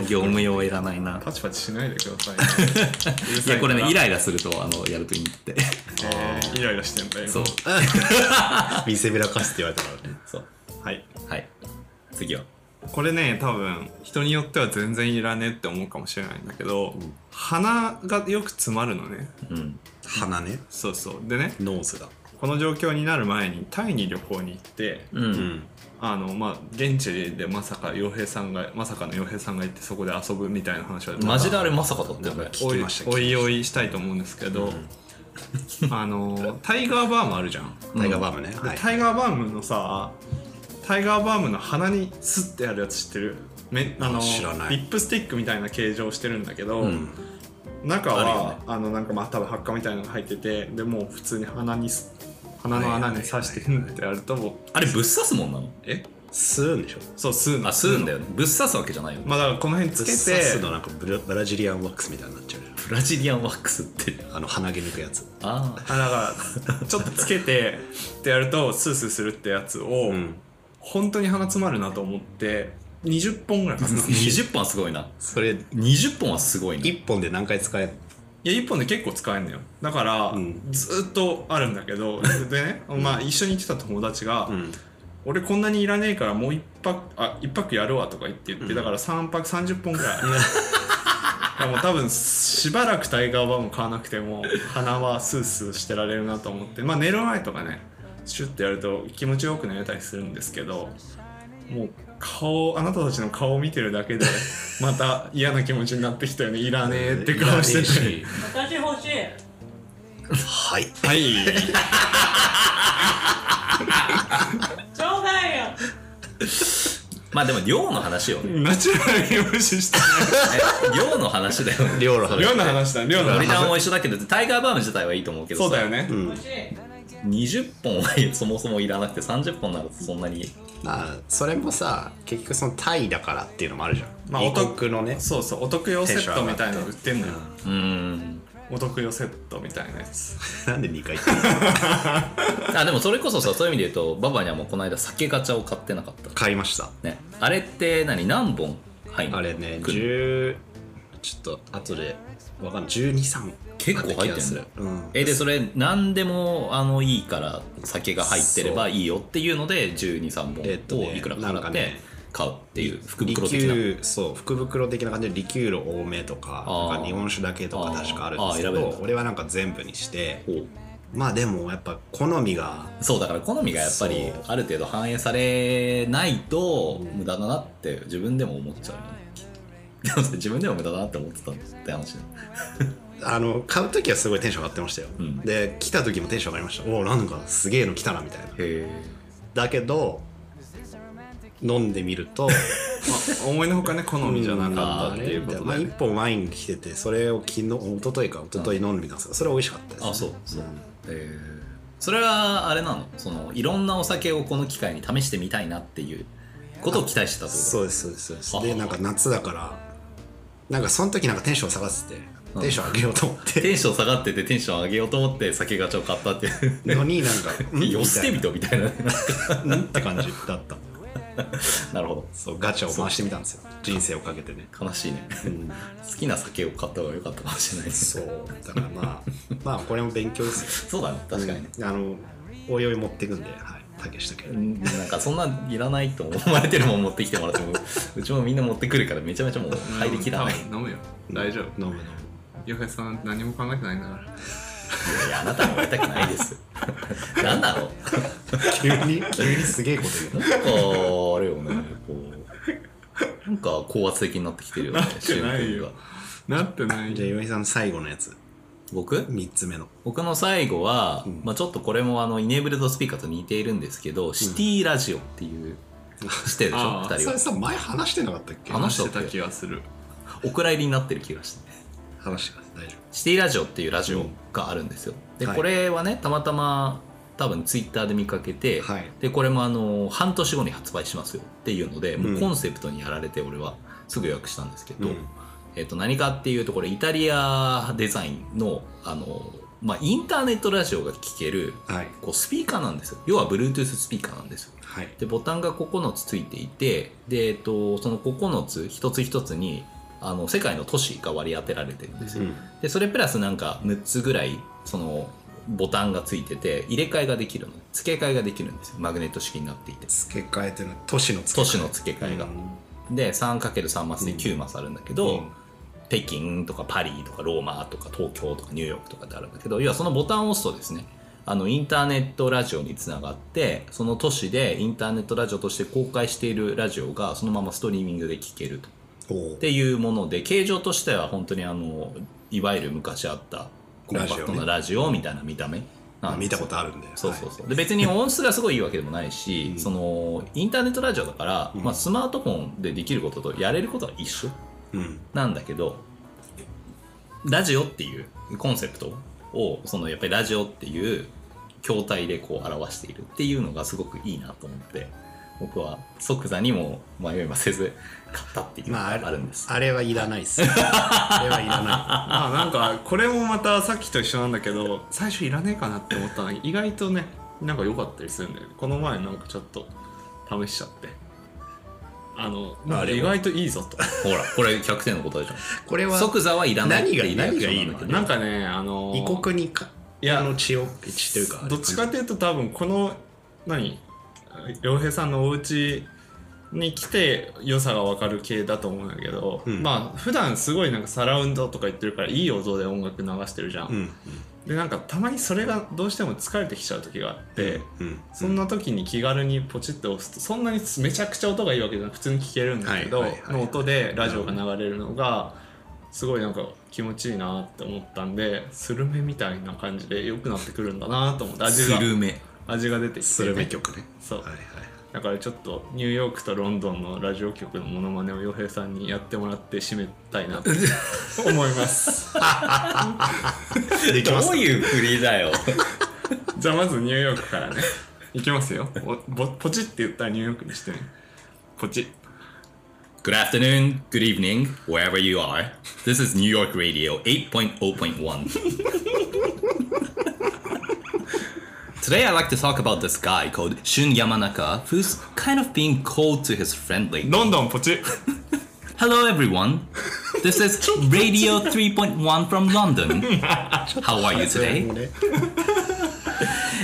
Speaker 2: 業務用いらないな
Speaker 1: パチパチしないでください,、
Speaker 2: いやこれねイライラするとあのやるといいって (laughs)
Speaker 1: えーイライラしてんだよ今
Speaker 2: そう
Speaker 3: 見せびらかすって言われたからね
Speaker 2: そう
Speaker 1: はい
Speaker 2: はい次は
Speaker 1: これね多分人によっては全然いらねえって思うかもしれないんだけど、鼻がよく詰まるのね
Speaker 2: うん
Speaker 3: 鼻ね
Speaker 1: そうそうでね
Speaker 3: ノーズが
Speaker 1: この状況になる前にタイに旅行に行って
Speaker 2: うん、
Speaker 3: うん
Speaker 1: あのまあ現地でまさか洋平さんがまさかの洋平さんが行ってそこで遊ぶみたいな話は
Speaker 2: マジであれまさかだったよね
Speaker 3: 聞きました
Speaker 1: おいおいおいしたいと思うんですけど、あのタイガーバームあるじゃん、
Speaker 3: タイガーバームねはい
Speaker 1: タイガーバームのさタイガーバームの鼻にスッてやるやつ知ってるめあの
Speaker 3: あ知らない
Speaker 1: リップスティックみたいな形状してるんだけど、
Speaker 2: うん
Speaker 1: 中
Speaker 2: あるよ
Speaker 1: は
Speaker 2: ね
Speaker 1: あ,、のなんかまあ多分発火みたいなのが入っててでもう普通に鼻にす鼻の穴に刺して
Speaker 3: はいはいはい
Speaker 1: ふんってやるともう
Speaker 2: あれぶっ刺すもんなの
Speaker 1: え
Speaker 3: 吸うんでしょ
Speaker 1: そう吸うの
Speaker 2: あ吸うんだよねぶっ刺すわけじゃないよね
Speaker 1: まあだからこの辺つ
Speaker 3: ぶっ
Speaker 1: け
Speaker 3: 刺
Speaker 1: て
Speaker 3: すのなんかブラブラジリアンワックスみたいになっちゃうじ
Speaker 2: ブラジリアンワックスって
Speaker 3: ゃんあの鼻毛抜くやつ
Speaker 2: ああ
Speaker 1: あだからちょっとつけてってやるとスースーするってやつを、
Speaker 3: うん
Speaker 1: 本当に鼻詰まるなと思って20本ぐらい買ったのい
Speaker 2: 20本はすごいな
Speaker 3: それ
Speaker 2: 20本はすごいな
Speaker 3: 1本で何回使える
Speaker 1: や1本で結構使えんのよだから、
Speaker 3: うん
Speaker 1: ずーっとあるんだけ
Speaker 3: (laughs)
Speaker 1: どでね、まあ一緒に行ってた友達が、
Speaker 3: ん
Speaker 1: 俺こんなにいらねえからもう1泊あ一泊やるわとか言って言って、
Speaker 3: うん
Speaker 1: だから3泊30本
Speaker 3: (laughs)
Speaker 1: ぐらいだからもう多分しばらくタイガーバーム買わなくても鼻はスースーしてられるなと思ってまあ寝る前とかねシュッてやると気持ちよく寝れたりするんですけどもう顔あなたたちの顔を見てるだけでまた嫌な気持ちになってきたよねいらねえって顔してて、
Speaker 3: て
Speaker 5: 私欲しい
Speaker 3: はい
Speaker 1: はい
Speaker 5: ちょうだいよ
Speaker 2: まあでも量の話よ
Speaker 1: (laughs)
Speaker 2: ね
Speaker 1: ナチュラルに無視した
Speaker 2: え量の話だよね
Speaker 3: 量の話
Speaker 1: 量の話だ量の
Speaker 2: ノリ
Speaker 1: 話
Speaker 2: ダンも一緒だけどタイガーバーム自体はいいと思うけどさ
Speaker 1: そうだよね、
Speaker 3: うん
Speaker 5: 欲しい
Speaker 2: 20本は (laughs) そもそもいらなくて30本ならそんなに
Speaker 3: まあそれもさ結局そのタイだからっていうのもあるじゃん、
Speaker 1: まあ
Speaker 3: 異国のね
Speaker 1: そうそうお得用セットみたいなの売ってんのよ、
Speaker 2: うーん
Speaker 1: お得用セットみたいなやつ
Speaker 3: なんで2回言ってんの
Speaker 2: あでもそれこそさそういう意味で言うとババにはもうこの間酒ガチャを買ってなかった
Speaker 3: 買いました
Speaker 2: ねあれって何何本入んの
Speaker 3: あれね
Speaker 2: くる
Speaker 3: 10ちょっと後でわかんない123
Speaker 2: 結構入ってんだよ
Speaker 3: うん
Speaker 2: えでそれ何でもあのいいから酒が入ってればいいよっていうので123
Speaker 3: えっと
Speaker 2: 本を
Speaker 3: ね
Speaker 2: いくらか
Speaker 3: なん
Speaker 2: 払
Speaker 3: か
Speaker 2: って
Speaker 3: ね
Speaker 2: 買うっていう福
Speaker 3: リキ
Speaker 2: 袋的な
Speaker 3: ューそう福袋的な感じでリキュール多めとか
Speaker 2: あー
Speaker 3: なんか日本酒だけとか確かあるんですけ
Speaker 2: あーあー選べるん
Speaker 3: ど
Speaker 2: だ
Speaker 3: 俺はなんか全部にして
Speaker 2: ほう
Speaker 3: まあでもやっぱ好みが
Speaker 2: そうだから好みがやっぱり
Speaker 3: そう
Speaker 2: ある程度反映されないと無駄だなって自分でも思っちゃうよねでもさ (laughs) 自分でも無駄だなって思ってたって話ね
Speaker 3: あの買う時はすごいテンション上がってましたよ、
Speaker 2: うん
Speaker 3: で来た時もテンション上がりましたおおなんかすげえの来たなみたいな
Speaker 2: へ
Speaker 3: だけど飲んでみると
Speaker 1: まあ思いのほかね好みじゃなかった
Speaker 3: あ
Speaker 1: っ
Speaker 3: れ
Speaker 1: ていうこと
Speaker 3: まあ
Speaker 1: で、
Speaker 3: 一本ワイン来ててそれを昨日一昨日か一昨日飲んでみたんですけどそれ美味しかったです、
Speaker 2: あそうそうえーそれはあれなのそのいろんなお酒をこの機会に試してみたいなっていうことを期待してたってこと
Speaker 3: そうですそうですそうです
Speaker 2: あ
Speaker 3: でなんか夏だからなんかその時なんかテンション下がってて
Speaker 2: ん
Speaker 3: テンション上げようと思って
Speaker 2: (laughs) テンション下がっててテンション上げようと思って酒ガチャを買ったっていう
Speaker 3: のに
Speaker 2: (laughs)
Speaker 3: なんか「うん
Speaker 2: 寄せてみたみたいなねなんか
Speaker 3: みたいなうんって感じだった
Speaker 2: なるほ
Speaker 3: そうガチャを回してみたんですよ人生をかけてね、
Speaker 2: ど悲しいね
Speaker 3: うん、
Speaker 2: 好きな酒を買った方が良かったかもしれないです
Speaker 3: そうだから
Speaker 2: (laughs)
Speaker 3: まあまあこれも勉強ですよ
Speaker 2: そうだね確かにね、
Speaker 3: うんあのおいおい持っていくんではい竹下
Speaker 2: う
Speaker 3: 君
Speaker 2: んなんかそんなんいらないと思われてるもん持ってきてもらってもうちもみんな持ってくるからめちゃめちゃもう入りきらないい
Speaker 1: 多分飲むよ大丈夫
Speaker 3: 飲む飲む
Speaker 1: 洋平さん何も考えてないんだから
Speaker 2: やいやあなたもやりたくないですなんなの
Speaker 3: 急に急にすげえこと言う
Speaker 2: なんかあれよねこうなんか高圧的になってきてるよね
Speaker 1: なってないよ
Speaker 2: シュン君が
Speaker 1: なってな
Speaker 2: (laughs)
Speaker 1: い
Speaker 3: じゃあ岩井さんの最後のやつ
Speaker 2: 僕
Speaker 3: 3つ目の
Speaker 2: 僕の最後は、
Speaker 3: うん
Speaker 2: まあ、ちょっとこれもあのイネーブルドスピーカーと似ているんですけど、シティラジオっていうしてるでしょ
Speaker 1: あ
Speaker 2: 2
Speaker 1: ー
Speaker 2: 人
Speaker 3: そ
Speaker 2: は
Speaker 3: れさ前話してなかったっけ
Speaker 2: 話
Speaker 1: 話してた気がする
Speaker 2: お蔵入りになってる気がして
Speaker 3: 話してます大丈
Speaker 2: シティラジオっていうラジオがあるんですよ、で
Speaker 3: はい
Speaker 2: これはねたまたま多分ツイッターで見かけて、
Speaker 3: はい
Speaker 2: でこれもあの半年後に発売しますよっていうので、もううんコンセプトにやられて俺はすぐ予約したんですけど、
Speaker 3: うん
Speaker 2: えっと何かっていうとこれイタリアデザインのあの、まあ、インターネットラジオが聴ける
Speaker 3: 夫はい
Speaker 2: こうスピーカーなんですよ要は Bluetooth スピーカーなんですよ
Speaker 3: はい
Speaker 2: でボタンが9つついていてで、えっと、その9つ一つ一つにあの世界の都市が割り当てられてるんですよ、
Speaker 3: うん
Speaker 2: でそれプラスなんか6つぐらいそのボタンがついてて入れ替えができるの付け替えができるんですよマグネット式になっていて
Speaker 3: 付け替えてる都市の付け替
Speaker 2: 都
Speaker 3: え
Speaker 2: 市の付け替えが、
Speaker 3: う
Speaker 2: で 3×3 マスで
Speaker 3: うん
Speaker 2: 9マスあるんだけど、
Speaker 3: うん
Speaker 2: 北京とかパリとかローマとか東京とかニューヨークとかってあるんだけど要はそのボタンを押すとですねあのインターネットラジオにつながってその都市でインターネットラジオとして公開しているラジオがそのままストリーミングで聴けると
Speaker 3: おう
Speaker 2: っていうもので形状としては本当にあのいわゆる昔あったコンパクトなラジオみたいな見た目な
Speaker 3: まあ
Speaker 2: ん
Speaker 3: 見
Speaker 2: です
Speaker 3: た
Speaker 2: よ
Speaker 3: ことあるんで
Speaker 2: そうそう
Speaker 3: はい
Speaker 2: そうで別に音質がすごいいいわけでもないし、
Speaker 3: うん
Speaker 2: そのインターネットラジオだから、
Speaker 3: うん
Speaker 2: まあ、スマートフォンでできることとやれることは一緒
Speaker 3: うん
Speaker 2: なんだけどラジオっていうコンセプトをそのやっぱりラジオっていう筐体でこう表しているっていうのがすごくいいなと思って僕は即座にも迷いもせず買ったっていうの
Speaker 3: ま
Speaker 2: が
Speaker 3: ああれ
Speaker 2: あるんです、
Speaker 3: あれはいらないっす (laughs) あれはいらな
Speaker 1: あなんかこれもまたさっきと一緒なんだけど最初いらねえかなって思ったのに意外とねなんか良かったりするんだよねこの前なんかちょっと試しちゃってあの、
Speaker 3: まああれは
Speaker 1: 意外といいぞと
Speaker 2: ほらこれ100点の答えじゃん
Speaker 3: いこれは
Speaker 2: 即座はいらないっていう
Speaker 3: 何が何がいい
Speaker 2: リア
Speaker 3: の
Speaker 2: クション
Speaker 1: な
Speaker 2: なん
Speaker 1: ん
Speaker 2: だけ
Speaker 1: かねあの
Speaker 3: 異国にか
Speaker 1: いや
Speaker 3: あの血を血というか
Speaker 1: どっちかっていうと多分この何良平さんのお家に来て良さが分かる系だと思うんだけど、
Speaker 3: うん
Speaker 1: まあ普段すごいなんかサラウンドとか言ってるからいい音で音楽流してるじゃん、
Speaker 3: うんうん
Speaker 1: でなんかたまにそれがどうしても疲れてきちゃう時があって、
Speaker 3: うん
Speaker 1: そんな時に気軽にポチッと押すとそんなにめちゃくちゃ音がいいわけじゃなく普通に聴けるんだけど、
Speaker 3: はいはいはいはい
Speaker 1: の音でラジオが流れるのがすごいなんか気持ちいいなって思ったんでスルメみたいな感じで良くなってくるんだなと思って味
Speaker 2: ス
Speaker 1: が
Speaker 2: ルメ
Speaker 1: 味が出てきて、ね、
Speaker 3: スルメ曲ね
Speaker 1: そう、
Speaker 3: はいはい
Speaker 1: だからちょっとニューヨークとロンドンのラジオ局のモノマネを洋平さんにやってもらって締めたいな (laughs) と思います
Speaker 3: できます
Speaker 2: どういう振りだよ
Speaker 1: じゃあまずニューヨークから (laughs) ねいきますよおぼポチって言ったらニューヨークにしてねポチ
Speaker 2: Good afternoon, good evening, wherever you are. This is New York Radio 8.0.1. Today, I'd like to talk about this guy called Shun Yamanaka, who's kind of being cold to his friendly.
Speaker 1: ロンドンポチ
Speaker 2: Hello, everyone. This is Radio 3.1 from London. How are you
Speaker 3: それ
Speaker 2: today?
Speaker 3: もね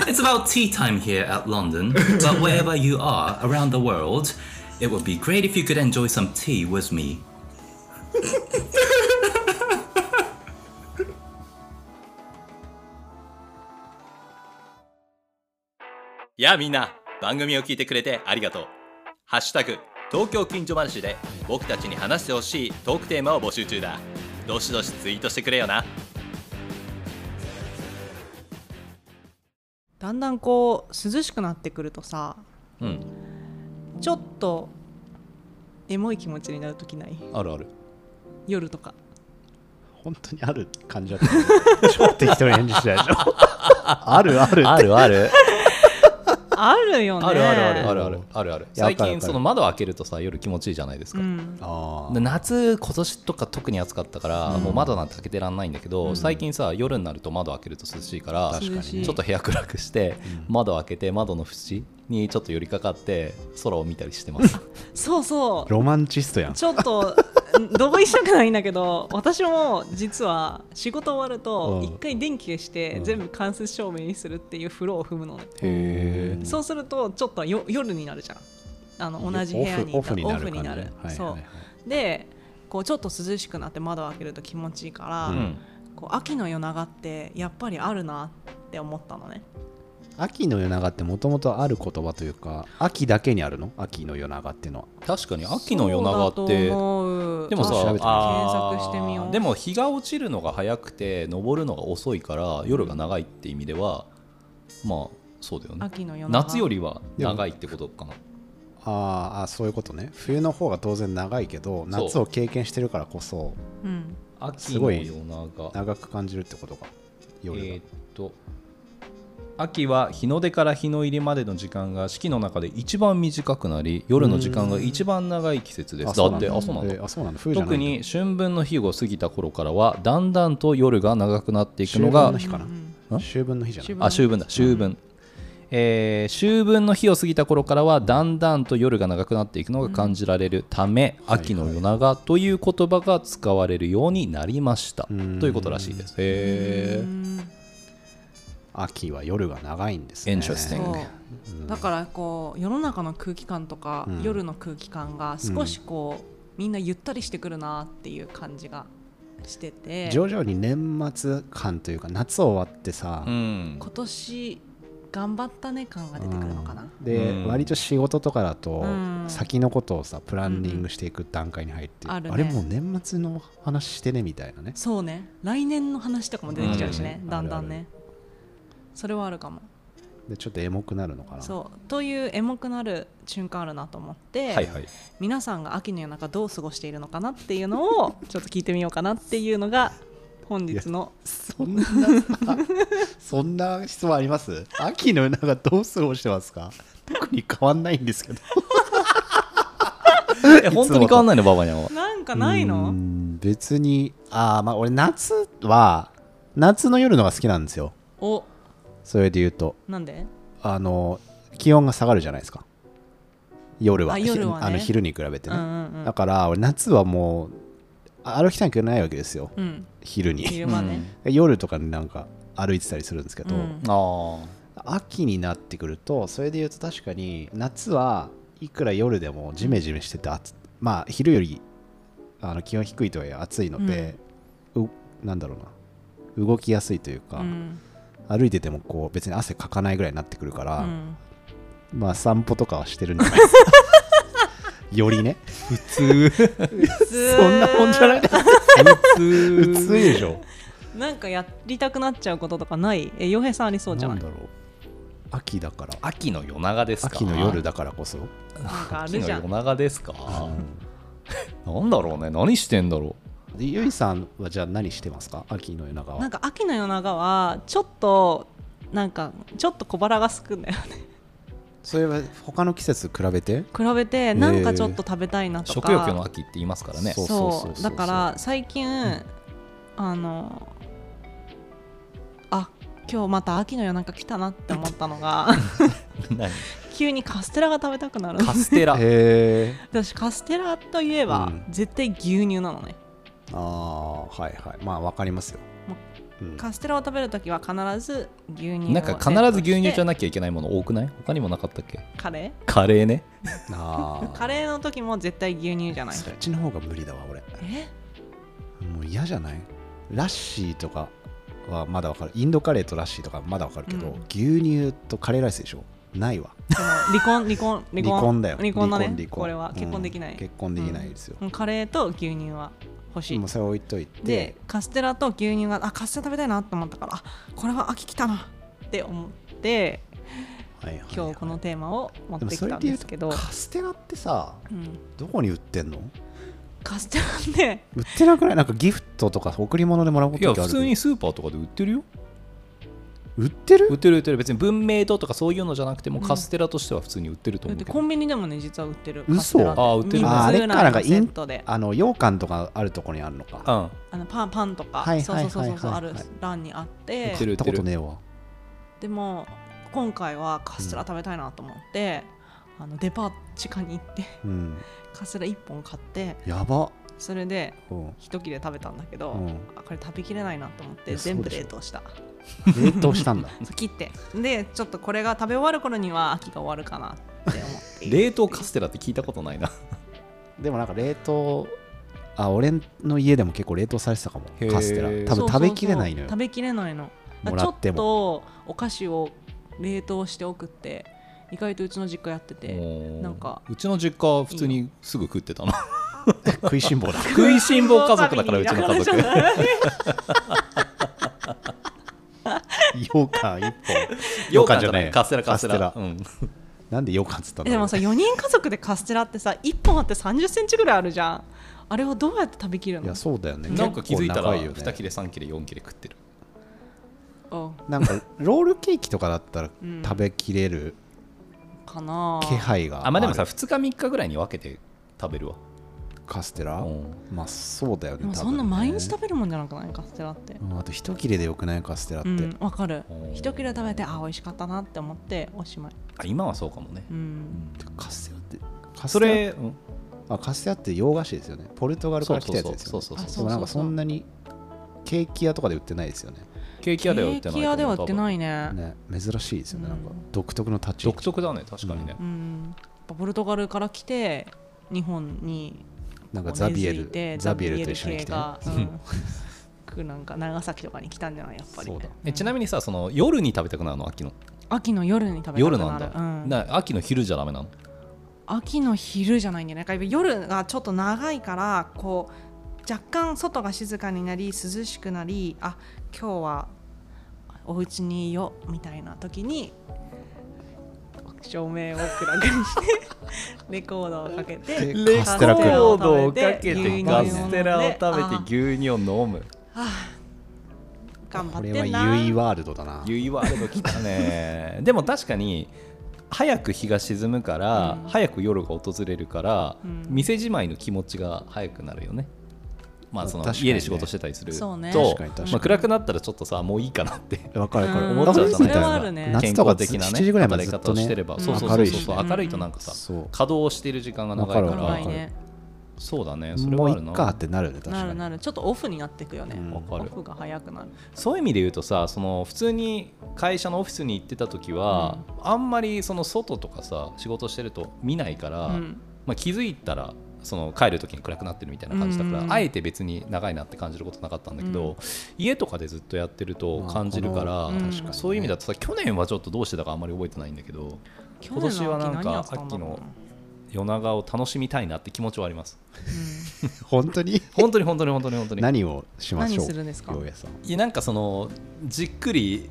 Speaker 2: It's about tea time here at London, but wherever you are around the world,
Speaker 6: It would be great if you could enjoy some tea with me.
Speaker 7: やあみんな番組を聞いてくれてありがとう「ハッシュタグ東京近所話」で僕たちに話してほしいトークテーマを募集中だどしどしツイートしてくれよな
Speaker 8: だんだんこう涼しくなってくるとさ
Speaker 6: うん、
Speaker 8: ちょっとエモい気持ちになる時ない
Speaker 9: あるある。
Speaker 8: 夜とか
Speaker 9: 本当にある感じだった。超適当に返事しない
Speaker 2: (laughs)
Speaker 9: でしょ。あるあるって。
Speaker 2: あるある。
Speaker 8: あるよね
Speaker 2: あるあるある
Speaker 9: あるあるあるある。
Speaker 2: 最
Speaker 9: いや
Speaker 2: 近
Speaker 9: わか
Speaker 2: そ
Speaker 9: る
Speaker 2: の
Speaker 9: わか
Speaker 2: 窓
Speaker 9: る
Speaker 2: 開けるとさ夜気持ちいいじゃないですか、
Speaker 8: うん
Speaker 9: あ
Speaker 2: で夏今年とか特に暑かったから、もう窓なんて開けてらんないんだけど、
Speaker 8: うん
Speaker 2: 最近さ夜になると窓開けると涼しいから
Speaker 8: 確かに涼しい
Speaker 2: ちょっと部屋暗くして、窓開けて窓の縁にちょっと寄りかかって空を見たりしてます
Speaker 8: そうそ
Speaker 9: ーロマンチストやん
Speaker 8: う。ちょっ
Speaker 9: (laughs)
Speaker 8: と同意したくないんだけど私も実は仕事終わると
Speaker 9: うん
Speaker 8: 一回電気消して
Speaker 9: うん
Speaker 8: 全部間接照明にするっていう風呂を踏むのね
Speaker 9: へえ。
Speaker 8: そうするとちょっとよ夜になるじゃんあの同じ部屋にいた
Speaker 9: オフになる感じね。はい
Speaker 8: そ
Speaker 9: は
Speaker 8: う
Speaker 9: いはい
Speaker 8: でこうちょっと涼しくなって窓を開けると気持ちいいから、
Speaker 9: うん
Speaker 8: こう秋の夜長ってやっぱりあるなって思ったのね
Speaker 9: 秋の夜長ってもともとある言葉というか秋だけにあるの秋の夜長っていうのは
Speaker 2: 確かに秋の夜長って
Speaker 8: そうだと思う
Speaker 2: でもさ
Speaker 8: ちょっと
Speaker 9: 調べてみよう
Speaker 2: あー
Speaker 8: 検索してみよう
Speaker 2: でも日が落ちるのが早くて昇るのが遅いから夜が長いって意味ではまあそうだよね
Speaker 8: 秋の夜長
Speaker 2: 夏よりは長いってことかな
Speaker 9: あーあーそういうことね冬の方が当然長いけど
Speaker 2: そう
Speaker 9: 夏を経験してるからこそ
Speaker 8: うん
Speaker 2: 秋
Speaker 9: す
Speaker 2: の
Speaker 9: ご
Speaker 2: 夜
Speaker 9: い
Speaker 2: 長
Speaker 9: 長く感じるってことか夜が、
Speaker 2: えーっと秋は日の出から日の入りまでの時間が四季の中で一番短くなり夜の時間が一番長い季節ですだってあそうなんだ、
Speaker 9: えーあそうなんだ冬じゃな
Speaker 2: 特
Speaker 9: いんだ
Speaker 2: に春分の日を過ぎた頃からはだんだんと夜が長くなっていくのが
Speaker 9: 秋かな秋分の日じゃない
Speaker 8: 秋分
Speaker 2: あ秋分だ秋分、えー秋分の日を過ぎた頃からはだんだんと夜が長くなっていくのが感じられるため、秋の夜長という言葉が使われるようになりました
Speaker 9: うん
Speaker 2: ということらしいですへ
Speaker 9: 秋は夜が長いんです
Speaker 2: え
Speaker 9: ね
Speaker 2: Interesting
Speaker 8: そうだからこう世の中の空気感とか、
Speaker 9: うん
Speaker 8: 夜の空気感が少しこう、みんなゆったりしてくるなっていう感じがしてて
Speaker 9: 徐々に年末感というか夏終わってさ、
Speaker 2: うん
Speaker 8: 今年頑張ったね感が出てくるのかな、
Speaker 9: で、
Speaker 2: うん
Speaker 9: 割と仕事とかだと
Speaker 8: うん
Speaker 9: 先のことをさプランニングしていく段階に入って、
Speaker 8: うんあるね
Speaker 9: れもう年末の話してねみたいなね
Speaker 8: そうね来年の話とかも出てきちゃうしね、
Speaker 9: うん
Speaker 8: だんだんね
Speaker 9: ある
Speaker 8: それはあるかも
Speaker 9: でちょっとエモくなるのかな
Speaker 8: そうというエモくなる瞬間あるなと思って、
Speaker 2: はいはい
Speaker 8: 皆さんが秋の夜中どう過ごしているのかなっていうのをちょっと聞いてみようかなっていうのが本日の
Speaker 9: そんな (laughs) そんな質問あります秋の夜長どう過ごしてますか特に変わんないんですけど
Speaker 2: え本当に変わんないのババニャンは
Speaker 8: なんかないうの
Speaker 9: ん別にああまあ俺夏は夏の夜のが好きなんですよ
Speaker 8: お
Speaker 9: それで言うと
Speaker 8: なんで
Speaker 9: あの気温が下がるじゃないですか夜は
Speaker 8: あ夜はね
Speaker 9: ひあの昼に比べて
Speaker 8: うん
Speaker 9: ね、
Speaker 8: うん
Speaker 9: だから俺夏はもうあ歩きたくないわけですよ
Speaker 8: うんうん
Speaker 9: 昼に
Speaker 8: 昼間ね、
Speaker 9: (laughs) 夜とかになんか歩いてたりするんですけ
Speaker 8: う
Speaker 9: ど、
Speaker 8: ん
Speaker 2: あ
Speaker 9: 秋になってくるとそれで言うと確かに夏はいくら夜でもジメジメしてて暑まあ昼よりあの気温低いとはいえ暑いので、うなんだろうな動きやすいというか、
Speaker 8: うん
Speaker 9: 歩いててもこう別に汗かかないぐらいになってくるか
Speaker 8: う
Speaker 9: ら、
Speaker 8: ん
Speaker 9: まあ散歩とかはしてるんじゃないですかよりね
Speaker 2: 普通
Speaker 9: そんなもんじゃない
Speaker 2: 普通
Speaker 9: 普通でしょ
Speaker 8: なんかやりたくなっちゃうこととかないえ洋平さんありそうじゃ
Speaker 9: な
Speaker 8: なんい
Speaker 9: だろう秋だから
Speaker 2: 秋の夜長ですか
Speaker 9: 秋の夜だからこそ
Speaker 8: なんかあ
Speaker 2: 秋
Speaker 8: る
Speaker 2: の
Speaker 8: じゃ
Speaker 2: 夜
Speaker 8: ん
Speaker 2: 長ですか、 (laughs) なんだろうね何してんだろ
Speaker 9: でゆいさんはじゃあ何してますか秋の夜長は
Speaker 8: なんか秋の夜長はちょっとなんかちょっと小腹がすくんだよ (laughs) ね
Speaker 9: それは他の季節比べて
Speaker 8: 比べてなんかちょっと食べたいな
Speaker 2: う
Speaker 8: と
Speaker 2: 食
Speaker 8: か、
Speaker 2: 欲の秋って言いますからね
Speaker 9: そう
Speaker 8: そうだから最近、あのあ今日また秋の夜中来たなって思ったの
Speaker 9: (laughs)
Speaker 8: が
Speaker 2: 何
Speaker 8: 急にカステラが食べたくなる
Speaker 2: カステラ
Speaker 9: へえ
Speaker 8: 私カステラといえば、
Speaker 9: うん
Speaker 8: 絶対牛乳なのね
Speaker 9: ああはいはいまあわかりますよ、うん、
Speaker 8: カステラを食べるときは必ず牛乳を
Speaker 2: なんか必ず牛乳じゃなきゃいけないもの多くない他にもなかったっけ
Speaker 8: カレ
Speaker 2: カレーね
Speaker 9: あ
Speaker 8: ー
Speaker 9: ー
Speaker 8: カレーの時も絶対牛乳じゃない
Speaker 9: そっちの方が無理だわ俺
Speaker 8: え
Speaker 9: もう嫌じゃないラッシーとかはまだわかるインドカレーとラッシーとかまだわかるけど、
Speaker 8: うん
Speaker 9: 牛乳とカレーライスでしょないわ
Speaker 8: でも離婚離婚離婚
Speaker 9: 離婚だよ
Speaker 8: 離婚だね
Speaker 9: 離婚離婚
Speaker 8: これは結婚できない、
Speaker 9: うん結婚できないですよ、
Speaker 8: うんカレーと牛乳は欲しい
Speaker 9: もうそれ置いといて
Speaker 8: でカステラと牛乳があカステラ食べたいなと思ったからあこれは秋来たなって思って
Speaker 9: はいはいはい
Speaker 8: 今日このテーマを持っ
Speaker 9: でも
Speaker 8: て
Speaker 9: そ
Speaker 8: き
Speaker 9: れ
Speaker 8: たん
Speaker 9: で言
Speaker 8: で
Speaker 9: う
Speaker 8: す
Speaker 9: と
Speaker 8: けど
Speaker 9: カステラってさ
Speaker 8: うん、
Speaker 9: どこに売ってんの
Speaker 8: カステラね
Speaker 9: 売ってなくないなんかギフトとか贈り物でもらうこ
Speaker 2: いや
Speaker 9: とってあ
Speaker 2: 普
Speaker 9: るけど
Speaker 2: 通にスーパーとかで売ってるよ
Speaker 9: 売ってる
Speaker 2: 売ってる売ってる別に文明堂とかそういうのじゃなくても
Speaker 8: うん
Speaker 2: カステラとしては普通に売ってると
Speaker 8: だっ
Speaker 2: 思う
Speaker 8: て
Speaker 2: けど、
Speaker 8: コンビニでもね実は売ってる
Speaker 9: 嘘
Speaker 8: カステラって
Speaker 2: あ売ってる
Speaker 8: 三
Speaker 9: ああ
Speaker 8: つ
Speaker 9: れ
Speaker 8: ぐ
Speaker 9: からな
Speaker 8: い
Speaker 9: んか
Speaker 8: の
Speaker 9: イ
Speaker 8: セッ
Speaker 9: ン
Speaker 8: トで
Speaker 9: あの羊羹とかあるとこにあるのか
Speaker 2: うん
Speaker 8: あのパンパンとか、
Speaker 9: はいはいはいはい
Speaker 8: そうそうそうそうあ
Speaker 9: はい
Speaker 8: る欄にあって
Speaker 2: 売ってる売
Speaker 9: 売
Speaker 2: っ
Speaker 9: った
Speaker 2: て
Speaker 9: こと
Speaker 2: る
Speaker 9: ねえわ
Speaker 8: でも今回はカステラ食べたいなと思って、あのデパー地下に行って (laughs)
Speaker 9: うん
Speaker 8: カステラ1本買って
Speaker 9: やば
Speaker 8: それで (laughs)
Speaker 9: うん
Speaker 8: 一切れ食べたんだけど、
Speaker 9: うん
Speaker 8: あこれ食べきれないなと思っ
Speaker 9: い
Speaker 8: て
Speaker 9: や
Speaker 8: 全
Speaker 9: そ
Speaker 8: 部
Speaker 9: うでしょ
Speaker 8: 冷凍した
Speaker 9: 冷凍したんだ
Speaker 8: そう切ってでちょっとこれが食べ終わる頃には秋が終わるかなって思っている
Speaker 2: 冷凍カステラって聞いたことないな
Speaker 9: でもなんか冷凍あ俺の家でも結構冷凍されてたかも
Speaker 2: へー
Speaker 9: カステラ多
Speaker 8: そうそ
Speaker 9: 分
Speaker 8: う
Speaker 9: (laughs) 食
Speaker 8: そう
Speaker 9: べきれないのよ
Speaker 8: 食べきれないの
Speaker 9: もらっても
Speaker 8: ちょっとお菓子を冷凍しておくって意外とうちの実家やってて
Speaker 2: もう
Speaker 8: なんか
Speaker 2: うちの実家は普通にすぐ食ってたの
Speaker 9: 食いしん坊だ
Speaker 2: (laughs)
Speaker 9: (laughs)
Speaker 2: 食いしん坊家族だからうちの (laughs) 家族
Speaker 9: 羊羹一本
Speaker 2: ようかんじゃない
Speaker 9: え
Speaker 2: カステラカステラ
Speaker 9: カス
Speaker 2: うん
Speaker 9: なんで羊羹っつったん
Speaker 8: え (laughs) で
Speaker 9: だろう
Speaker 8: もさ4人家族でカステラってさ1本あって3 0ンチぐらいあるじゃんあれをどうやって食べきる
Speaker 9: い
Speaker 8: の
Speaker 9: やそうだよね
Speaker 2: なんか気づいたら
Speaker 9: 結構長よね
Speaker 2: 2切れ3切れ4切れ食ってる
Speaker 8: あ
Speaker 9: なんかロールケーキとかだったら
Speaker 8: うん
Speaker 9: 食べきれる
Speaker 8: かな
Speaker 9: 気配が
Speaker 2: あまあでもさ
Speaker 9: る
Speaker 2: 2日3日ぐらいに分けて食べるわ
Speaker 9: カステラ
Speaker 2: うん
Speaker 9: まあそうだよ
Speaker 8: で
Speaker 9: ね
Speaker 8: も
Speaker 9: 多
Speaker 8: そ
Speaker 9: 分
Speaker 8: んな
Speaker 9: ね
Speaker 8: 毎日食べるもんじゃなくないカステラって
Speaker 9: うんあと一切れでよくないカステラっ
Speaker 8: う
Speaker 9: て
Speaker 8: んわかる
Speaker 2: おー
Speaker 8: 一切れ食べてあ美味しかったなって思っておしまい
Speaker 2: あ今はそうかもね
Speaker 8: うん
Speaker 9: カステラってカ
Speaker 2: そ
Speaker 9: ステラ
Speaker 2: れうん
Speaker 9: あカステラって洋菓子ですよねポルトガルから来たやつですよ
Speaker 2: そうそ
Speaker 9: ね
Speaker 2: う
Speaker 8: あ
Speaker 2: そう
Speaker 9: でもなんかそんなにケーキ屋とかで売ってないですよね
Speaker 2: ケーキ
Speaker 8: ケ
Speaker 2: 屋では売ってないと
Speaker 8: ー
Speaker 2: 思
Speaker 8: キ
Speaker 2: う
Speaker 8: 屋では売って
Speaker 2: 多分
Speaker 8: ないね
Speaker 9: ね珍しいですよね
Speaker 8: うん
Speaker 9: なんか独特の立ち位
Speaker 2: 独
Speaker 9: 置
Speaker 2: 特だね確かにね
Speaker 8: うんやっぱポルトガルから来て日本に
Speaker 9: なん
Speaker 8: こ
Speaker 9: か
Speaker 8: う
Speaker 9: ザビエ
Speaker 8: 根付いて
Speaker 9: ルザビエルと一緒に来てね
Speaker 8: ザビエル系
Speaker 9: (laughs)
Speaker 8: がうんなんか長崎とかに来たんじゃないやっぱり
Speaker 9: そうだ
Speaker 2: えちなみにさその夜に食べたくなるの秋の
Speaker 8: 秋の夜に食べたくなる
Speaker 2: 夜なんだ、
Speaker 8: うん
Speaker 2: な秋の昼じゃダメなの
Speaker 8: 秋の昼じゃないんじゃないか夜がちょっと長いからこう若干外が静かになり涼しくなりあ今日はお家にいようみたいな時に照明を暗くにして
Speaker 2: (laughs)
Speaker 8: レコードをかけて
Speaker 9: でカステラ食う
Speaker 8: カステラを
Speaker 9: カス
Speaker 8: テラを食べて
Speaker 2: 牛乳を飲む
Speaker 8: 頑張
Speaker 9: こ
Speaker 8: っ
Speaker 9: れは
Speaker 8: て
Speaker 9: ユ
Speaker 8: んな
Speaker 9: イワールドだな
Speaker 2: ゆいワールド来た
Speaker 8: (laughs)
Speaker 2: ねでも確かに早く日が沈むから、
Speaker 8: うん
Speaker 2: 早く夜が訪れるから、
Speaker 8: うん
Speaker 2: 店じまいの気持ちが早くなるよねまあその
Speaker 9: 確かにね
Speaker 2: 家で仕事してたりする
Speaker 8: そうね
Speaker 2: と
Speaker 9: 確かに確かに
Speaker 2: まあ、暗くなったらちょっとさもういいかなって
Speaker 9: わかるわかる
Speaker 8: うん思っちゃうじゃない
Speaker 9: 夏みたいな
Speaker 8: それはあるね
Speaker 9: 夏とかず7時ぐらいまでずっ
Speaker 2: 働き方
Speaker 9: と
Speaker 2: をしてれ
Speaker 9: ね
Speaker 2: ば、
Speaker 8: うん
Speaker 2: そうそうそ
Speaker 9: 明
Speaker 2: う
Speaker 9: るい
Speaker 2: そう
Speaker 9: し
Speaker 2: そう明るいとなんかさ、
Speaker 9: そう
Speaker 2: 稼働してる時間が長いか
Speaker 9: わ
Speaker 2: ら
Speaker 9: かるわ
Speaker 8: 長
Speaker 9: か
Speaker 8: い
Speaker 9: る
Speaker 8: ね
Speaker 2: そうだねそれ
Speaker 9: も
Speaker 2: は
Speaker 9: う
Speaker 2: あ
Speaker 9: い
Speaker 2: るな
Speaker 9: っかってなるね確
Speaker 8: な
Speaker 9: か
Speaker 8: る
Speaker 9: に
Speaker 8: なるちょっとオフになっていくよね、
Speaker 9: うん
Speaker 2: わか
Speaker 8: オ
Speaker 2: る
Speaker 8: フが早くなる
Speaker 2: そういう意味で言うとさその普通に会社のオフィスに行ってた時は、あんまりその外とかさ仕事してると見ないから、
Speaker 8: うん
Speaker 2: まあ、気づいたらその帰る時に暗くなってるみたいな感じだから、
Speaker 8: うんうん
Speaker 2: あえて別に長いなって感じることなかったんだけど、
Speaker 8: うん
Speaker 2: 家とかでずっとやってると感じるから、
Speaker 8: まあこのうん確かにね
Speaker 2: そういう意味だとさ今年はちょっとどうしてたかあんまり覚えてないんだけど
Speaker 8: 去
Speaker 2: 今年はなんか
Speaker 8: 年の秋何やってたんだろうな
Speaker 2: 秋の夜長を楽しみたいなって気持ちはあります
Speaker 9: 本当に
Speaker 2: 本当に本当に本当に本当に
Speaker 9: 何をしましょう
Speaker 8: 何するんですか
Speaker 9: 洋也さん
Speaker 2: いやなんかそのじっくり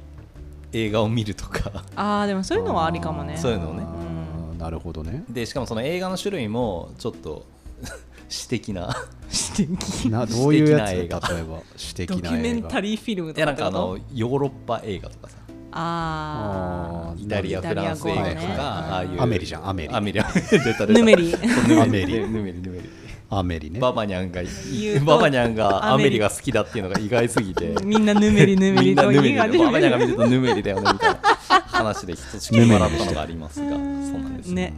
Speaker 2: 映画を見るとか
Speaker 8: ああでもそういうのはありかもね
Speaker 2: そういうのをね
Speaker 9: あーなるほどね
Speaker 2: (laughs) でしかもその映画の種類もちょっと (laughs) 私的な私的 (laughs)
Speaker 9: などういうやつ
Speaker 2: 私
Speaker 9: 例え
Speaker 2: 的な映
Speaker 9: ば
Speaker 2: 画
Speaker 9: 私的
Speaker 8: ドキ
Speaker 9: な
Speaker 8: ュメ
Speaker 9: 映
Speaker 8: ン
Speaker 9: 画
Speaker 8: タリーフィルム
Speaker 2: い
Speaker 8: と
Speaker 2: や
Speaker 8: か
Speaker 2: な
Speaker 8: っ
Speaker 2: んか
Speaker 8: てこ
Speaker 2: あ
Speaker 8: と
Speaker 2: の (laughs) ヨーロッパ映画とかさ
Speaker 8: あ
Speaker 9: あー
Speaker 2: イタリア、
Speaker 8: イ
Speaker 2: フ
Speaker 8: タリ
Speaker 2: ラ
Speaker 8: ア
Speaker 2: ンス
Speaker 8: 語
Speaker 2: 映
Speaker 8: ね
Speaker 2: 画とか、ああいう。
Speaker 9: アメリじゃんアメリ
Speaker 2: アメリ、アメリ、 (laughs) 出た
Speaker 8: あヌメリ
Speaker 2: そう
Speaker 9: アメリ
Speaker 2: ヌメリ、ヌメ
Speaker 9: アメリ
Speaker 2: リ。
Speaker 9: ね
Speaker 2: ババニャンが
Speaker 8: 言う、と
Speaker 2: ババニャンが
Speaker 8: ア
Speaker 2: ア
Speaker 8: メリ
Speaker 2: メリが好きだっていうのが意外すぎ (laughs) て。
Speaker 8: みんなヌメリヌ
Speaker 2: み
Speaker 8: メ
Speaker 2: ん
Speaker 8: リ
Speaker 2: な
Speaker 8: と
Speaker 2: ヌメリだ
Speaker 8: が
Speaker 2: よ。
Speaker 8: 出て
Speaker 2: ババニャン
Speaker 8: く
Speaker 2: が見
Speaker 8: る
Speaker 2: る (laughs) とヌメリだよね、みたいな話で一つしか笑ったのがありますが、そうなんですよ。
Speaker 8: ね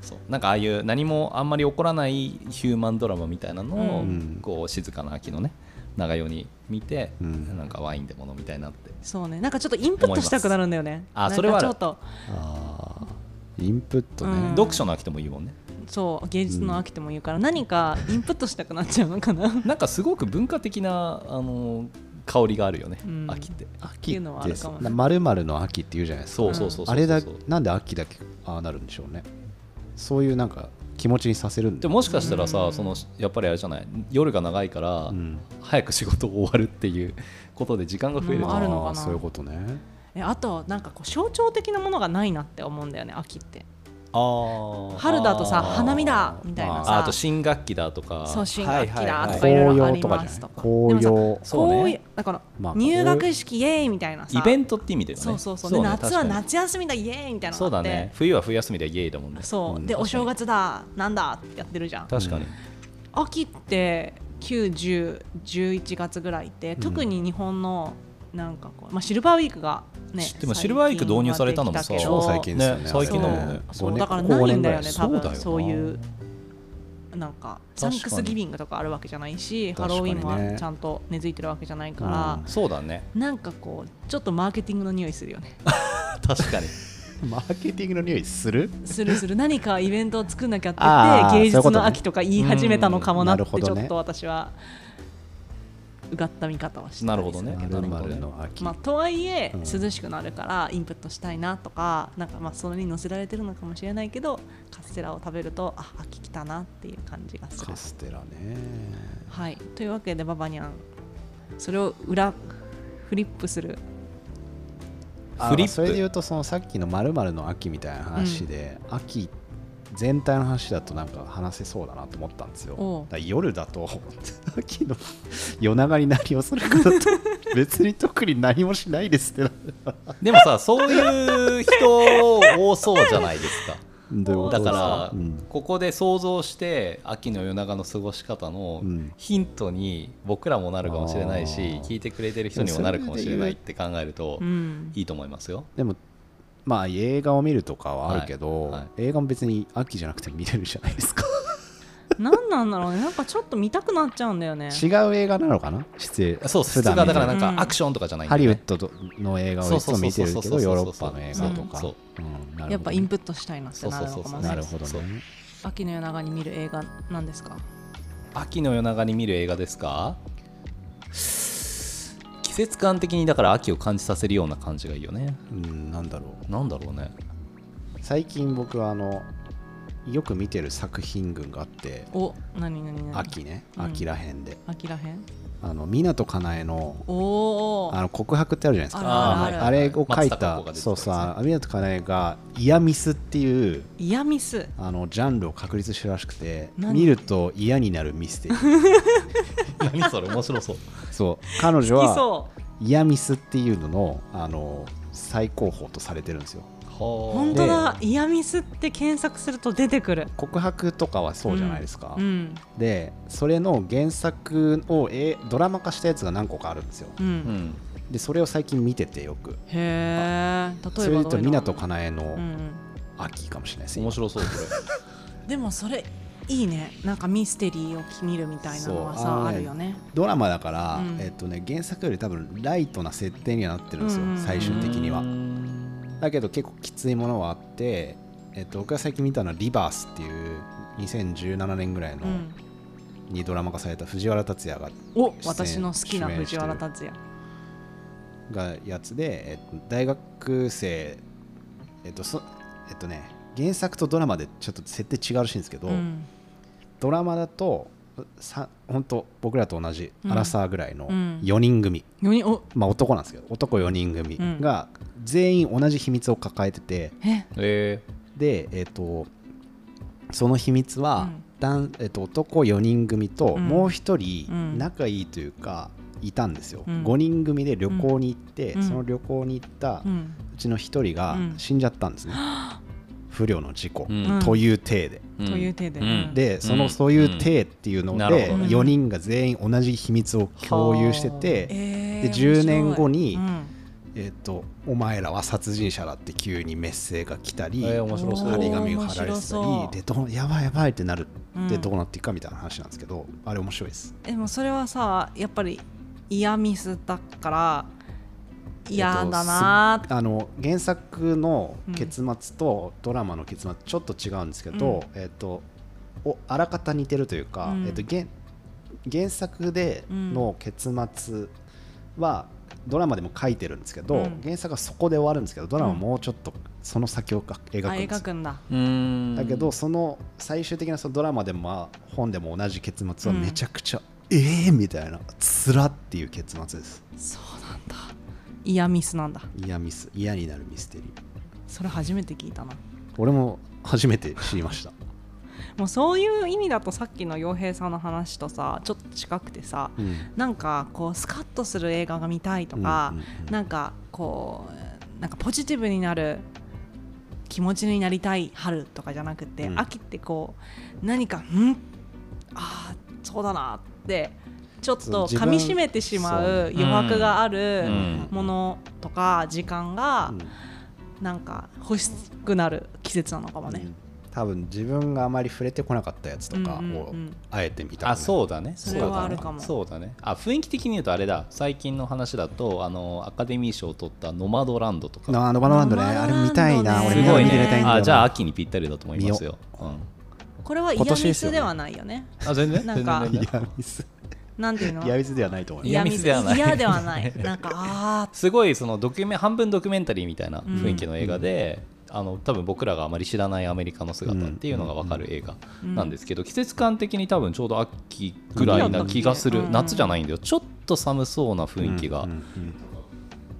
Speaker 2: そうなんかああいう何もあんまり起こらないヒューマンドラマみたいなのを、
Speaker 9: うん
Speaker 2: こう静かな秋のね長夜に見て、
Speaker 9: うん
Speaker 2: なんかワインでも飲みたいなって
Speaker 8: そうねなんかちょっとインプットしたくなるんだよね
Speaker 2: 思いますあ
Speaker 8: なんか
Speaker 2: それはあ
Speaker 8: ち
Speaker 2: る
Speaker 8: ょっと
Speaker 9: あーインプットね、
Speaker 8: うん
Speaker 2: 読書の秋でもいいもんね
Speaker 8: そう芸術の秋でも言うから、何かインプットしたくなっちゃうのかな (laughs)
Speaker 2: なんかすごく文化的なあの香りがあるよね、
Speaker 8: うん
Speaker 2: 秋って
Speaker 8: っていうのはあるかもね
Speaker 9: まるまるの秋って言うじゃないですか
Speaker 2: そうそうそうそうそう
Speaker 9: あれだなんで秋だけああなるんでしょうねそういうなんか気持ちにさせるん
Speaker 2: で
Speaker 9: だ
Speaker 2: もしかしたらさ、そのやっぱりあれじゃない夜が長いから、
Speaker 9: うん
Speaker 2: 早く仕事終わるっていうことで時間が増える
Speaker 8: もうあるのかな
Speaker 9: ーそういうことね
Speaker 8: えあとなんかこう象徴的なものがないなって思うんだよね秋って
Speaker 2: ああ
Speaker 8: 春だとさ花見だみたいな
Speaker 2: あ
Speaker 8: さ
Speaker 2: あと新学期だとか
Speaker 8: そう新学期だとか
Speaker 2: はいい
Speaker 8: ろ
Speaker 9: 紅
Speaker 8: いろあ
Speaker 9: 葉
Speaker 8: り
Speaker 9: とか
Speaker 8: ま
Speaker 9: じ
Speaker 8: す
Speaker 9: ゃな
Speaker 8: と
Speaker 9: い
Speaker 8: か
Speaker 9: 紅
Speaker 8: でも
Speaker 9: 葉
Speaker 8: さ
Speaker 2: そうね
Speaker 8: 紅葉だから
Speaker 9: まあ
Speaker 8: 入学式イエーイみたいなさ
Speaker 2: イベントって意味ではね
Speaker 8: そうそうそうで
Speaker 2: ね
Speaker 8: 夏は
Speaker 2: 確かに
Speaker 8: 夏休みだイエーイみたいな
Speaker 2: そ
Speaker 8: の
Speaker 2: う
Speaker 8: があ
Speaker 2: だ
Speaker 8: って
Speaker 2: ね冬は冬休みでイエイだもんね
Speaker 8: そうでお正月だなんだってやってるじゃん
Speaker 2: 確かに、
Speaker 8: 秋って91011月ぐらいって特に日本のなんかこう、まあ、シルバーウィークがね
Speaker 2: 知ってもシルバーウィーク導入されたのもさ
Speaker 8: 最近
Speaker 9: 超
Speaker 8: はでき
Speaker 9: 最
Speaker 8: たけど
Speaker 9: 近ですよね
Speaker 2: ね最近だもんね
Speaker 8: そうそ
Speaker 9: 五
Speaker 8: う
Speaker 9: 年
Speaker 8: だから
Speaker 9: ここ五
Speaker 8: ない
Speaker 9: 年
Speaker 8: ん
Speaker 9: ぐ
Speaker 8: だよ
Speaker 9: らい
Speaker 8: ね多
Speaker 2: そうだよ
Speaker 8: 分
Speaker 2: な
Speaker 8: そういうなんかサンクスギビングとかあるわけじゃないしハ
Speaker 9: 確
Speaker 8: ロ
Speaker 9: か
Speaker 8: ウ
Speaker 9: に
Speaker 8: ィーン
Speaker 9: ね
Speaker 8: もちゃんと根付いてるわけじゃないか
Speaker 2: そうだね
Speaker 8: らなんかこうちょっとマーケティングの匂いするよね
Speaker 2: 確かに
Speaker 9: (laughs) マーケティングの匂いする
Speaker 8: する
Speaker 2: (laughs)
Speaker 8: する何かイベントを作んなきゃ
Speaker 9: あ
Speaker 8: って
Speaker 9: ー
Speaker 8: 言って芸
Speaker 9: そういう
Speaker 8: 術
Speaker 9: ことね
Speaker 8: の秋とか言い始めたのかもなって
Speaker 9: うんなるほ
Speaker 8: ち
Speaker 9: ど
Speaker 8: ょ
Speaker 9: ね
Speaker 8: っと私はうがった見方をしてた
Speaker 2: な
Speaker 8: り
Speaker 2: る
Speaker 8: す
Speaker 2: ほどね
Speaker 9: まるまるの秋、
Speaker 8: まあ、とはいえ、
Speaker 9: うん
Speaker 8: 涼しくなるからインプットしたいなとかなんかまあそれに乗せられてるのかもしれないけどカステラを食べるとあ秋来たなっていう感じがする
Speaker 9: カ。ステラね
Speaker 8: はい、というわけでババニャンそれを裏フリップする
Speaker 9: あ
Speaker 2: フリップ
Speaker 9: それで言うとそのさっきのまるまるの秋みたいな話で、秋全体の話だとなんか話せそうだなと思ったんですよ
Speaker 8: おう
Speaker 9: だから夜だと (laughs) 秋の夜長に何をする
Speaker 2: (laughs)
Speaker 9: かだと別に特に何もしないですってな
Speaker 2: でもさそういう人多そうじゃないですか
Speaker 9: どういうこと
Speaker 2: だから、
Speaker 9: うん
Speaker 2: ここで想像して秋の夜長の過ごし方の
Speaker 9: うん
Speaker 2: ヒントに僕らもなるかもしれないし、
Speaker 9: あー
Speaker 2: 聞いてくれてる人にもなるかもしれないって考えると
Speaker 8: うん
Speaker 2: いいと思いますよ。
Speaker 9: でもまあ映画を見るとかはあるけど、
Speaker 2: はいはい
Speaker 9: 映画も別に秋じゃなくても見れるじゃないですか
Speaker 8: 何なんだろうねなんかちょっと見たくなっちゃうんだよね
Speaker 9: 違う映画なのかな出演
Speaker 2: そう
Speaker 9: 普
Speaker 2: 質
Speaker 9: 段
Speaker 2: が
Speaker 9: 見る
Speaker 2: だからなん
Speaker 8: うん
Speaker 2: かアクションとかじゃないん
Speaker 9: ハ
Speaker 2: だ
Speaker 9: リウ
Speaker 2: よ
Speaker 9: ッ
Speaker 2: ね
Speaker 9: ドの映画をいつも見てる
Speaker 2: そう
Speaker 9: け
Speaker 2: そうそうそうそう
Speaker 9: どヨーロッパの映画とか
Speaker 2: そう
Speaker 9: うんなるほどね
Speaker 8: やっぱインプットしたいなってなるのかも
Speaker 2: そうそうそうそう
Speaker 8: ね
Speaker 9: なるほどね
Speaker 8: 秋の夜長に見る映画なんですか
Speaker 2: 秋の夜長に見る映画ですか季節感的にだから秋を感じさせるような感じがいいよね。
Speaker 9: うんなんだろう
Speaker 2: なんだろうね。
Speaker 9: 最近僕はあのよく見てる作品群があって
Speaker 8: お何何何
Speaker 9: 秋ね
Speaker 8: うん
Speaker 9: 秋らへんで、
Speaker 8: 秋らへん
Speaker 9: あの湊かなえの
Speaker 8: おお
Speaker 9: あの告白ってあるじゃないですか
Speaker 8: あるあるある
Speaker 9: れを書
Speaker 2: 松
Speaker 9: い
Speaker 2: たか
Speaker 9: た
Speaker 2: 子が出てた
Speaker 9: そ
Speaker 2: や
Speaker 9: う
Speaker 2: つね
Speaker 9: そうあ湊かなえが「イヤミス」っていう
Speaker 8: イヤミス
Speaker 9: あのジャンルを確立してるらしくて
Speaker 8: 何
Speaker 9: 見ると嫌になるミステリ
Speaker 8: (laughs)
Speaker 9: ー
Speaker 2: 何それ面白そう。
Speaker 9: そう彼女
Speaker 8: 好き
Speaker 9: は
Speaker 8: そう
Speaker 9: イヤミスっていうののあの最高峰とされてるんですよ
Speaker 2: は
Speaker 8: 本当だイヤミスって検索すると出てくる
Speaker 9: 告白とかはそうじゃないですか、
Speaker 8: うん
Speaker 9: でそれの原作をえドラマ化したやつが何個かあるんですよ
Speaker 8: うん、
Speaker 2: あ。うん。
Speaker 9: でそれを最近見ててよく
Speaker 8: へえ例えば
Speaker 9: それで言うと
Speaker 8: どいの
Speaker 9: 湊かなえ
Speaker 8: う
Speaker 9: の
Speaker 8: ん
Speaker 9: 秋かもしれないですね、
Speaker 2: 面白そうこ
Speaker 8: うん、でもそれいいねなんかミステリーを見るみたいなのは
Speaker 9: そうあ
Speaker 8: さ
Speaker 9: の
Speaker 8: あ
Speaker 9: ね
Speaker 8: るよね
Speaker 9: ドラマだから、
Speaker 8: うん
Speaker 9: えっとね、原作より多分ライトな設定にはなってるんですよ、
Speaker 8: うんうんうん
Speaker 9: 最終的には
Speaker 2: れ。
Speaker 9: だけど結構きついものはあって、えっと、僕が最近見たのは「リバース」っていう2017年ぐらいの、
Speaker 8: うん
Speaker 9: にドラマ化された藤原竜也が
Speaker 8: お
Speaker 9: 演
Speaker 8: 私の好きな藤原竜也
Speaker 9: がやつで、えっと、大学生えっとそえっとね原作とドラマでちょっと設定違うらしいんですけど、
Speaker 8: うん
Speaker 9: ドラマだとさ本当僕らと同じ
Speaker 8: うん
Speaker 9: アラサーぐらいの
Speaker 8: うん
Speaker 9: 4人組、
Speaker 8: 四人お
Speaker 9: まあ男なんですけど男4人組
Speaker 8: うん
Speaker 9: が全員同じ秘密を抱えてて
Speaker 8: え
Speaker 2: え
Speaker 9: でえっ、とその秘密
Speaker 8: う
Speaker 9: は
Speaker 8: ん、
Speaker 9: 男えっと男4人組と
Speaker 8: うん
Speaker 9: もう1
Speaker 8: う
Speaker 9: 人
Speaker 8: ん
Speaker 9: 仲いいというかいたんですよ、
Speaker 8: うん
Speaker 9: 5人組で旅行に行って、
Speaker 8: うん
Speaker 9: その旅行に行った
Speaker 8: うん
Speaker 9: うちの1人が
Speaker 8: うん
Speaker 9: 死んじゃったんですね、不慮の事故、
Speaker 2: うん
Speaker 9: という体で
Speaker 2: うん
Speaker 8: という手で、
Speaker 2: うん
Speaker 8: うん
Speaker 9: でそのそういう体っていうの
Speaker 2: なるほ
Speaker 9: で
Speaker 2: ど
Speaker 8: ね
Speaker 9: 4人が全員同じ秘密を共有して
Speaker 8: え
Speaker 9: て、
Speaker 8: ー
Speaker 9: で10年後
Speaker 8: 面
Speaker 9: に
Speaker 8: 白いうん
Speaker 9: ええっとお前らは殺人者だって急にメッセージが来たり、
Speaker 2: えー面白そう
Speaker 9: 張り紙が貼られ
Speaker 8: 面白
Speaker 9: てた
Speaker 8: そ
Speaker 9: り
Speaker 8: う
Speaker 9: でどうやばいやばいってなるって
Speaker 8: うん
Speaker 9: どうなっていくかみたいな話なんですけど、あれ面白いです
Speaker 8: でもそれはさやっぱり嫌ミスだから嫌だなーって
Speaker 9: あの原作の結末とドラマの結末ちょっと違うんですけど、えっとおあらかた似てるというか、
Speaker 8: うん
Speaker 9: えっと原原作での結末はドラマでも書いてるんですけど、
Speaker 8: うん
Speaker 9: 原作はそこで終わるんですけどドラマはもうちょっとその先をか描く
Speaker 8: あ
Speaker 9: んで
Speaker 8: 描
Speaker 9: すよ
Speaker 8: くんだ
Speaker 2: うーん
Speaker 9: だけどその最終的なそのドラマでもまあ本でも同じ結末はめちゃくちゃ、ええー、みたいなつらっていう結末です
Speaker 8: そうなんだ嫌ミスなんだ
Speaker 9: 嫌ミス嫌になるミステリー
Speaker 8: それ初めて聞いたな
Speaker 9: 俺も初めて知りました、
Speaker 8: もうそういう意味だとさっきの洋平さんの話とさちょっと近くてさ
Speaker 9: うん
Speaker 8: なんかこうスカッとする映画が見たいとか、
Speaker 9: うんうんうん
Speaker 8: なんかこうなんかポジティブになる気持ちになりたい春とかじゃなくて、
Speaker 9: うん
Speaker 8: 秋ってこう何かんああそうだなってちょっ
Speaker 9: そう
Speaker 8: と
Speaker 9: 自
Speaker 8: 噛
Speaker 9: 分
Speaker 8: みしめてしまう
Speaker 2: そうね
Speaker 8: 余白がある
Speaker 2: うん
Speaker 8: ものとか時間がなんか欲しくなる季節なのかもね。
Speaker 9: 多分自分があまり触れてこなかったやつとか
Speaker 8: うんうんう
Speaker 9: を
Speaker 8: ん
Speaker 9: あえて見たくなる
Speaker 2: あそうだね
Speaker 8: それはあるかも
Speaker 2: そうだねあ雰囲気的に言うとあれだ最近の話だとあのアカデミー賞を取った「ノマドランド」とか
Speaker 9: なあのバナナランドね
Speaker 8: バナナ
Speaker 9: あ
Speaker 8: ランドね
Speaker 9: れ見たいな俺
Speaker 2: す
Speaker 9: 見
Speaker 2: ごい
Speaker 9: 見れ
Speaker 2: ね
Speaker 9: たいんだよ
Speaker 2: あ
Speaker 9: な
Speaker 2: じゃあ秋にぴったりだと思いますよ、うん、
Speaker 8: これは嫌
Speaker 9: 今年
Speaker 8: ミ
Speaker 9: です
Speaker 8: ス
Speaker 9: よね
Speaker 8: ではないよね。
Speaker 2: あ全然
Speaker 8: なん
Speaker 2: 全
Speaker 8: か
Speaker 2: 然全然
Speaker 9: いやミス
Speaker 8: なんていうの
Speaker 9: いやミスではないと思いま
Speaker 2: 嫌ミスではない
Speaker 8: 嫌では
Speaker 2: (laughs)
Speaker 8: ない。なんかああ
Speaker 2: すごいそのドキュメ半分ドキュメンタリーみたいな雰囲気の映画で、あの多分僕らがあまり知らないアメリカの姿っていうのが分かる映画なんですけど、季節感的に多分ちょうど秋ぐらいな気がする、
Speaker 8: うん
Speaker 2: 夏じゃないんだよちょっと寒そうな雰囲気が、う
Speaker 9: すうん
Speaker 2: ん
Speaker 9: うん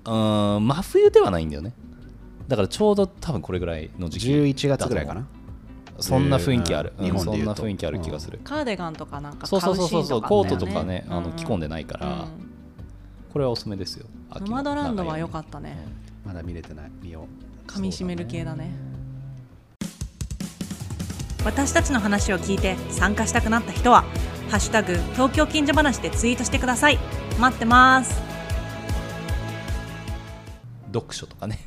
Speaker 2: 真冬ではないんだよねだからちょうど多分これぐらいの時期
Speaker 9: 11月ぐらいかな
Speaker 2: そんな雰囲気ある、う
Speaker 9: えー
Speaker 2: ん
Speaker 9: 日本
Speaker 2: そ
Speaker 9: で
Speaker 2: ん
Speaker 9: 言
Speaker 2: な
Speaker 9: うと
Speaker 2: 雰囲気ある気がする、
Speaker 8: カーディガンとかなんか
Speaker 2: そうそうそうそうそう、コートとかね、あの着込ん
Speaker 8: で
Speaker 2: でないか、
Speaker 8: から
Speaker 2: これはおすすめですよ。
Speaker 8: ノマドランドは良か
Speaker 2: っ
Speaker 8: ったね。
Speaker 9: まだ見れてない見よ
Speaker 8: 噛み締める系だね。私たちの話を聞いて参加したくなった人は「ハッシュタグ東京近所話」でツイートしてください待ってます
Speaker 2: 読書とかね。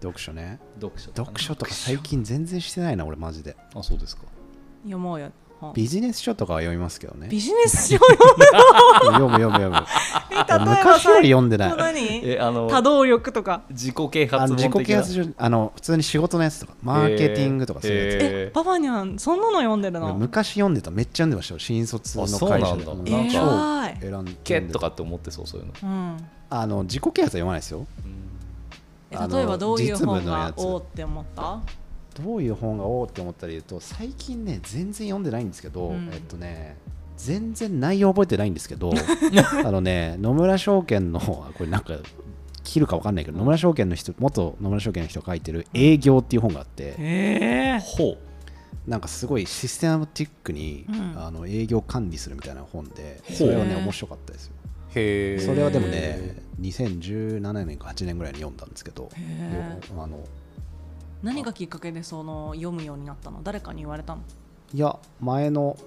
Speaker 9: う読書ね
Speaker 2: 読書とかね
Speaker 9: 読書とか最近全然してないな俺マジで
Speaker 2: あ、そうですか。
Speaker 8: 読もうよ本
Speaker 9: ビジネス書とかは読みますけどね
Speaker 8: ビジネス (laughs) 書読む
Speaker 9: 読む読む読む
Speaker 8: 例えば
Speaker 9: 昔より読んでない
Speaker 8: い
Speaker 2: え、あの
Speaker 8: 多、動力とか
Speaker 2: 自己啓
Speaker 9: あ
Speaker 2: 発
Speaker 9: の
Speaker 2: 本
Speaker 9: 自
Speaker 2: 的な
Speaker 9: 己啓発書あの普通に仕事のやつとかマーケティングとかそういうやつ、
Speaker 2: えー
Speaker 8: ババニャンそんなの読んでる
Speaker 9: 俺
Speaker 8: の
Speaker 9: 昔読んでためっちゃ読んでましたよ新卒の
Speaker 2: あそう
Speaker 9: 会
Speaker 2: な
Speaker 9: 社
Speaker 2: んだ
Speaker 9: で
Speaker 2: なん
Speaker 8: か
Speaker 9: 超選んで
Speaker 2: けとかって思ってそう、そういうの。
Speaker 8: うん
Speaker 9: あの自己啓発は読まないですよ
Speaker 8: え
Speaker 9: あの
Speaker 8: 例えばどういう
Speaker 9: 実務
Speaker 8: 本
Speaker 9: のや
Speaker 8: が
Speaker 9: つ
Speaker 8: おうって思った
Speaker 9: どういう本がおうって思ったり言うと最近ね全然読んでないんですけど、
Speaker 8: うん
Speaker 9: えっとね全然内容覚えてないんです
Speaker 8: (laughs)
Speaker 9: けどあのね野村証券のこれなんか切るか分かんないけど、野村証券の人元野村証券の人が書いてる「営業」っていう本があって、
Speaker 2: ほ
Speaker 9: なんかすごいシステマティックに、
Speaker 8: うん
Speaker 9: あの営業管理するみたいな本でそれはね面白かったですよ
Speaker 2: う。へえ。
Speaker 9: それはでもね2017年か8年ぐらいに読んだんですけど
Speaker 8: へ
Speaker 9: あの
Speaker 8: 何がきっかけでその読むようになったの誰かに言われたの
Speaker 9: いや前の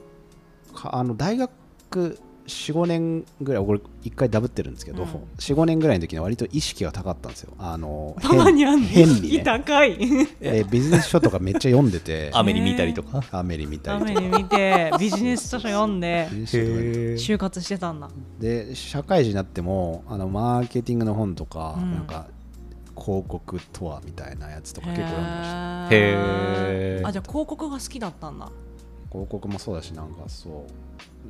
Speaker 9: かあの大学45年ぐらい俺1回ダブってるんですけど、
Speaker 8: うん
Speaker 9: 45年ぐらいの時に割と意識が高かったんですよあの
Speaker 8: ババニャン
Speaker 9: (laughs) 変に、ね
Speaker 8: 高い
Speaker 9: (laughs) えービジネス書とかめっちゃ読んでて
Speaker 2: アメリ見たりとか。
Speaker 9: アメリ見たり
Speaker 8: 雨
Speaker 9: と
Speaker 8: に見てビジネス書読んで
Speaker 9: か。
Speaker 8: 就活してたんだ
Speaker 9: で社会人になってもあのマーケティングの本とか、
Speaker 8: うん
Speaker 9: なんか広告とはみたいなやつとか結構読んでました
Speaker 2: へ
Speaker 8: へ
Speaker 2: ー
Speaker 8: あじゃあ広告が好きだったんだ
Speaker 9: 広告もそうだしなんかそ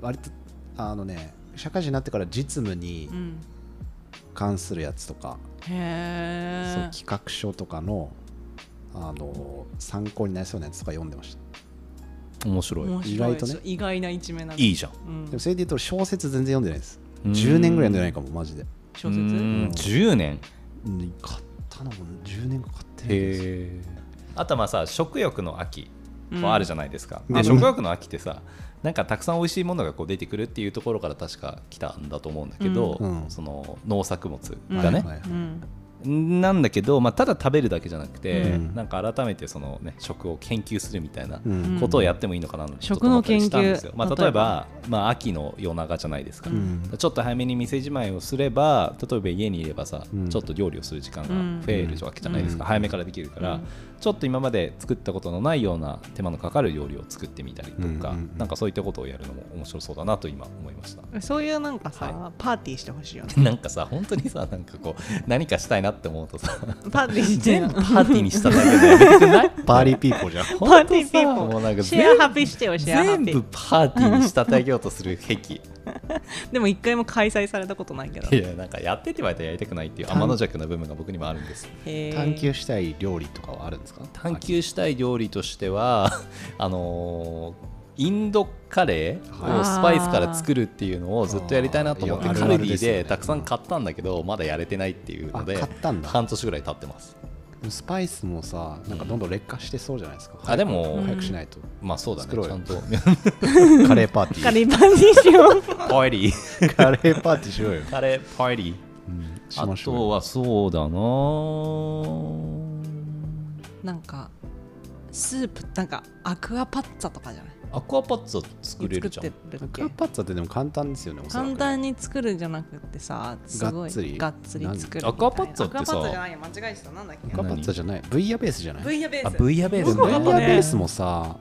Speaker 9: う割とあのね社会人になってから実務に
Speaker 8: うん
Speaker 9: 関するやつとか、そう
Speaker 8: へえ
Speaker 9: 企画書とかのあの参考になりそうなやつとか読んでました
Speaker 2: 面白い。
Speaker 8: 面
Speaker 9: 意
Speaker 8: 白い
Speaker 9: 外とね
Speaker 8: 意外な一面なんだ
Speaker 2: いいじゃん。
Speaker 8: うん
Speaker 9: でもそれで言うと小説全然読んでないです
Speaker 2: うん
Speaker 9: 10年ぐらい読んでないかもマジで、
Speaker 8: 小
Speaker 2: うーん
Speaker 8: 説
Speaker 2: 10年。
Speaker 9: うん、買ったのも10年かかってるんですよ
Speaker 2: へえ。あとはまあさ、食欲の秋。はあるじゃないですか、
Speaker 9: うん
Speaker 2: で
Speaker 9: うん
Speaker 2: 食欲の秋ってさなんかたくさん美味しいものがこう出てくるっていうところから確か来たんだと思うんだけど、
Speaker 9: うん
Speaker 2: その農作物がね、
Speaker 9: はいはい
Speaker 8: うん
Speaker 2: なんだけど、まあ、ただ食べるだけじゃなくて、
Speaker 9: うん
Speaker 2: なんか改めてその、ね、食を研究するみたいな
Speaker 9: うん
Speaker 2: ことをやってもいいのかなとちょっと
Speaker 8: 食
Speaker 2: 思
Speaker 8: の
Speaker 2: ったりし
Speaker 8: 研究
Speaker 2: たんですよ。まあ、例
Speaker 8: 例
Speaker 2: え
Speaker 8: え
Speaker 2: ば
Speaker 8: ば、
Speaker 2: まあ、秋の夜長じゃないですか、
Speaker 9: ん
Speaker 2: ちょっと早めに店じまいをすれば例えば家にいればさ、
Speaker 9: うん
Speaker 2: ちょっと料理をする時間が
Speaker 8: うん
Speaker 2: 増えるわけじゃないですか、
Speaker 9: うん
Speaker 2: 早めからできるから、
Speaker 8: うん
Speaker 2: ちょっと今まで作ったことのないような手間のかかる料理を作ってみたりとか、
Speaker 9: うんうんうん
Speaker 2: なんかそういったことをやるのも面白そうだなと今思いました。 (laughs)
Speaker 8: そういうなんかさ、
Speaker 2: は
Speaker 8: パーティーしてほしいよね
Speaker 2: なんかさ本当にさなんかこう何かしたいなって思うとさ
Speaker 8: パーティーして
Speaker 2: 全部パーティーにしただけでやめてくん (laughs) ない
Speaker 9: パーリーピーポーじゃん。
Speaker 2: パ
Speaker 8: ーティーピーポー
Speaker 2: もうなんか
Speaker 8: シェア
Speaker 2: 全
Speaker 8: ハピしてよシェアハ
Speaker 2: 全
Speaker 8: ピ
Speaker 2: 部パーティーに仕立て上げようとする癖い
Speaker 8: でも一回も開催されたことないけど
Speaker 2: やなんかやってって言われたらやりたくないっていう天の弱な部分が僕にもあるんです
Speaker 8: へー
Speaker 9: 探求したい料理とかはあるんですか
Speaker 2: 探求したい料理としてはあのーインドカレーをスパイスから作るっていうのをずっとやりたいなと思って
Speaker 9: あ
Speaker 2: カ
Speaker 9: ー
Speaker 2: ルデ
Speaker 9: あるあるで
Speaker 2: ィ
Speaker 9: すよ
Speaker 2: で
Speaker 9: ね
Speaker 2: たくさん買ったんだけどまだやれてないっていうので
Speaker 9: あ買ったんだ
Speaker 2: 半年ぐらい経ってます
Speaker 9: スパイスもさ、なんかどんどん劣化してそうじゃないですか。
Speaker 2: あでも
Speaker 9: 早くしないと。
Speaker 2: まあそうだね
Speaker 9: 作ろう
Speaker 2: ち
Speaker 9: よ
Speaker 2: ゃんと
Speaker 9: カレーパーティ
Speaker 8: カ
Speaker 9: ー。
Speaker 8: リバンにしよ
Speaker 2: (laughs)
Speaker 8: う
Speaker 2: パーティー
Speaker 9: カレーパーティーしろよ。
Speaker 2: カレーパーティー
Speaker 9: うんし
Speaker 2: あ
Speaker 9: ましょうよ
Speaker 2: とはそうだな
Speaker 8: (laughs) なんかスープなんかアクアパッツァとかじゃない
Speaker 2: アクアパッツァ作れるじゃん
Speaker 8: 作ってる
Speaker 9: ア
Speaker 8: っ
Speaker 9: ク
Speaker 8: け
Speaker 9: アパッツァってでも簡単ですよね、おそらく
Speaker 8: 簡単に作るんじゃなくてさすごい
Speaker 9: がっつり
Speaker 8: がっつり作る
Speaker 2: なんアクアパッツァってさ
Speaker 8: アクアパッツァじゃないよ間違えてたなんだっ
Speaker 9: アクア
Speaker 8: け
Speaker 9: パッツァじゃない。ブイヤベースじゃない。
Speaker 8: ブイヤベ
Speaker 2: あ
Speaker 8: ース
Speaker 2: ブイヤベー
Speaker 9: で
Speaker 2: ス
Speaker 9: も
Speaker 8: 僕
Speaker 9: ブイヤ
Speaker 8: は
Speaker 2: ね
Speaker 8: ね
Speaker 9: ベースもさ、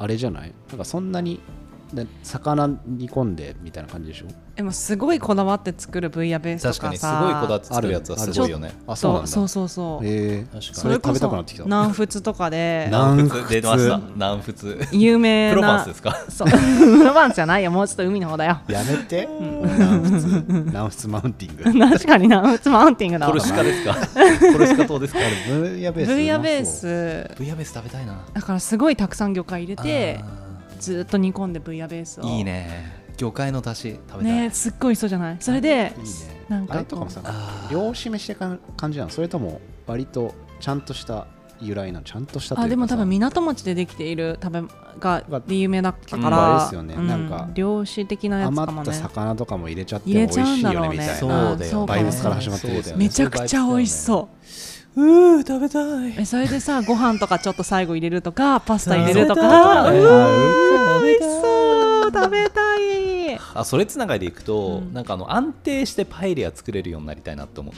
Speaker 9: あれじゃないなんかそんなに、で魚煮込んでみたいな感じでしょ
Speaker 8: でもすごいこだわって作るブイヤベースとか
Speaker 2: 確
Speaker 8: さ
Speaker 2: かにすごいこだわって作るやつはすごいよね
Speaker 9: あ、そうなん
Speaker 8: そう
Speaker 9: だ。
Speaker 8: そうそうそう
Speaker 9: へえ
Speaker 2: 確かに
Speaker 9: それ食べたくなってきた。
Speaker 8: 南仏とかで
Speaker 2: 南
Speaker 9: 南
Speaker 2: 仏
Speaker 9: 仏
Speaker 2: 出ました南仏
Speaker 8: 有名な
Speaker 2: プロバンスですか
Speaker 8: そうプロバンスじゃないよもうちょっと海の方だ
Speaker 9: (laughs)
Speaker 8: よ
Speaker 9: やめて。南仏。南仏マウンティング。
Speaker 8: 確かに南仏マウンティングだ
Speaker 2: コ
Speaker 8: わ
Speaker 2: ルシカです
Speaker 8: (laughs)
Speaker 2: かコルシカ島ですか
Speaker 9: ブイヤベース。
Speaker 8: ブイヤベー。ス
Speaker 2: ブイヤベース食べたいな
Speaker 8: だからすごいたくさん魚介入れて
Speaker 2: あ
Speaker 8: ずーっと煮込んでブイヤベースを
Speaker 2: ーいいね魚介の出汁食べたい
Speaker 8: ねすっごい美味しそうじゃないそれで
Speaker 9: いいね。
Speaker 8: なんか
Speaker 9: あれとかもさ
Speaker 2: あ、ー
Speaker 9: 漁師飯ってか感じなのそれとも割とちゃんとした由来なのちゃんとしたとい
Speaker 8: あ
Speaker 9: うかさ
Speaker 8: でも多分港町でできている食べがで有名だったか
Speaker 9: あれ
Speaker 8: ら
Speaker 9: ですよねなんか
Speaker 8: 漁師的なやつか
Speaker 9: 余
Speaker 8: も
Speaker 9: った
Speaker 8: ね
Speaker 9: 魚とかも入れちゃっても
Speaker 8: 入
Speaker 9: 美
Speaker 8: れ
Speaker 9: 味
Speaker 8: ちゃう
Speaker 9: し
Speaker 8: ん
Speaker 9: い
Speaker 8: だ
Speaker 9: よ
Speaker 8: ろ
Speaker 9: ね
Speaker 8: う
Speaker 9: み
Speaker 8: ね
Speaker 9: たい
Speaker 2: そう
Speaker 9: な。
Speaker 2: だよ
Speaker 8: あ
Speaker 2: ね
Speaker 8: そうかも
Speaker 9: バイブスから始まってるやつ
Speaker 2: そうだよね
Speaker 8: めちゃくちゃ美味しそう
Speaker 2: うー食べたい
Speaker 8: えそれでさご飯とかちょっと最後入れるとかパスタ入れると
Speaker 2: あ
Speaker 8: か
Speaker 2: ー
Speaker 8: うわ
Speaker 2: 食
Speaker 8: 美
Speaker 2: べたい
Speaker 8: 味しそう食べたい
Speaker 2: あそれつながりでいくと、
Speaker 8: うん
Speaker 2: なんかあの安定してパエリア作れるようになりたいなと思う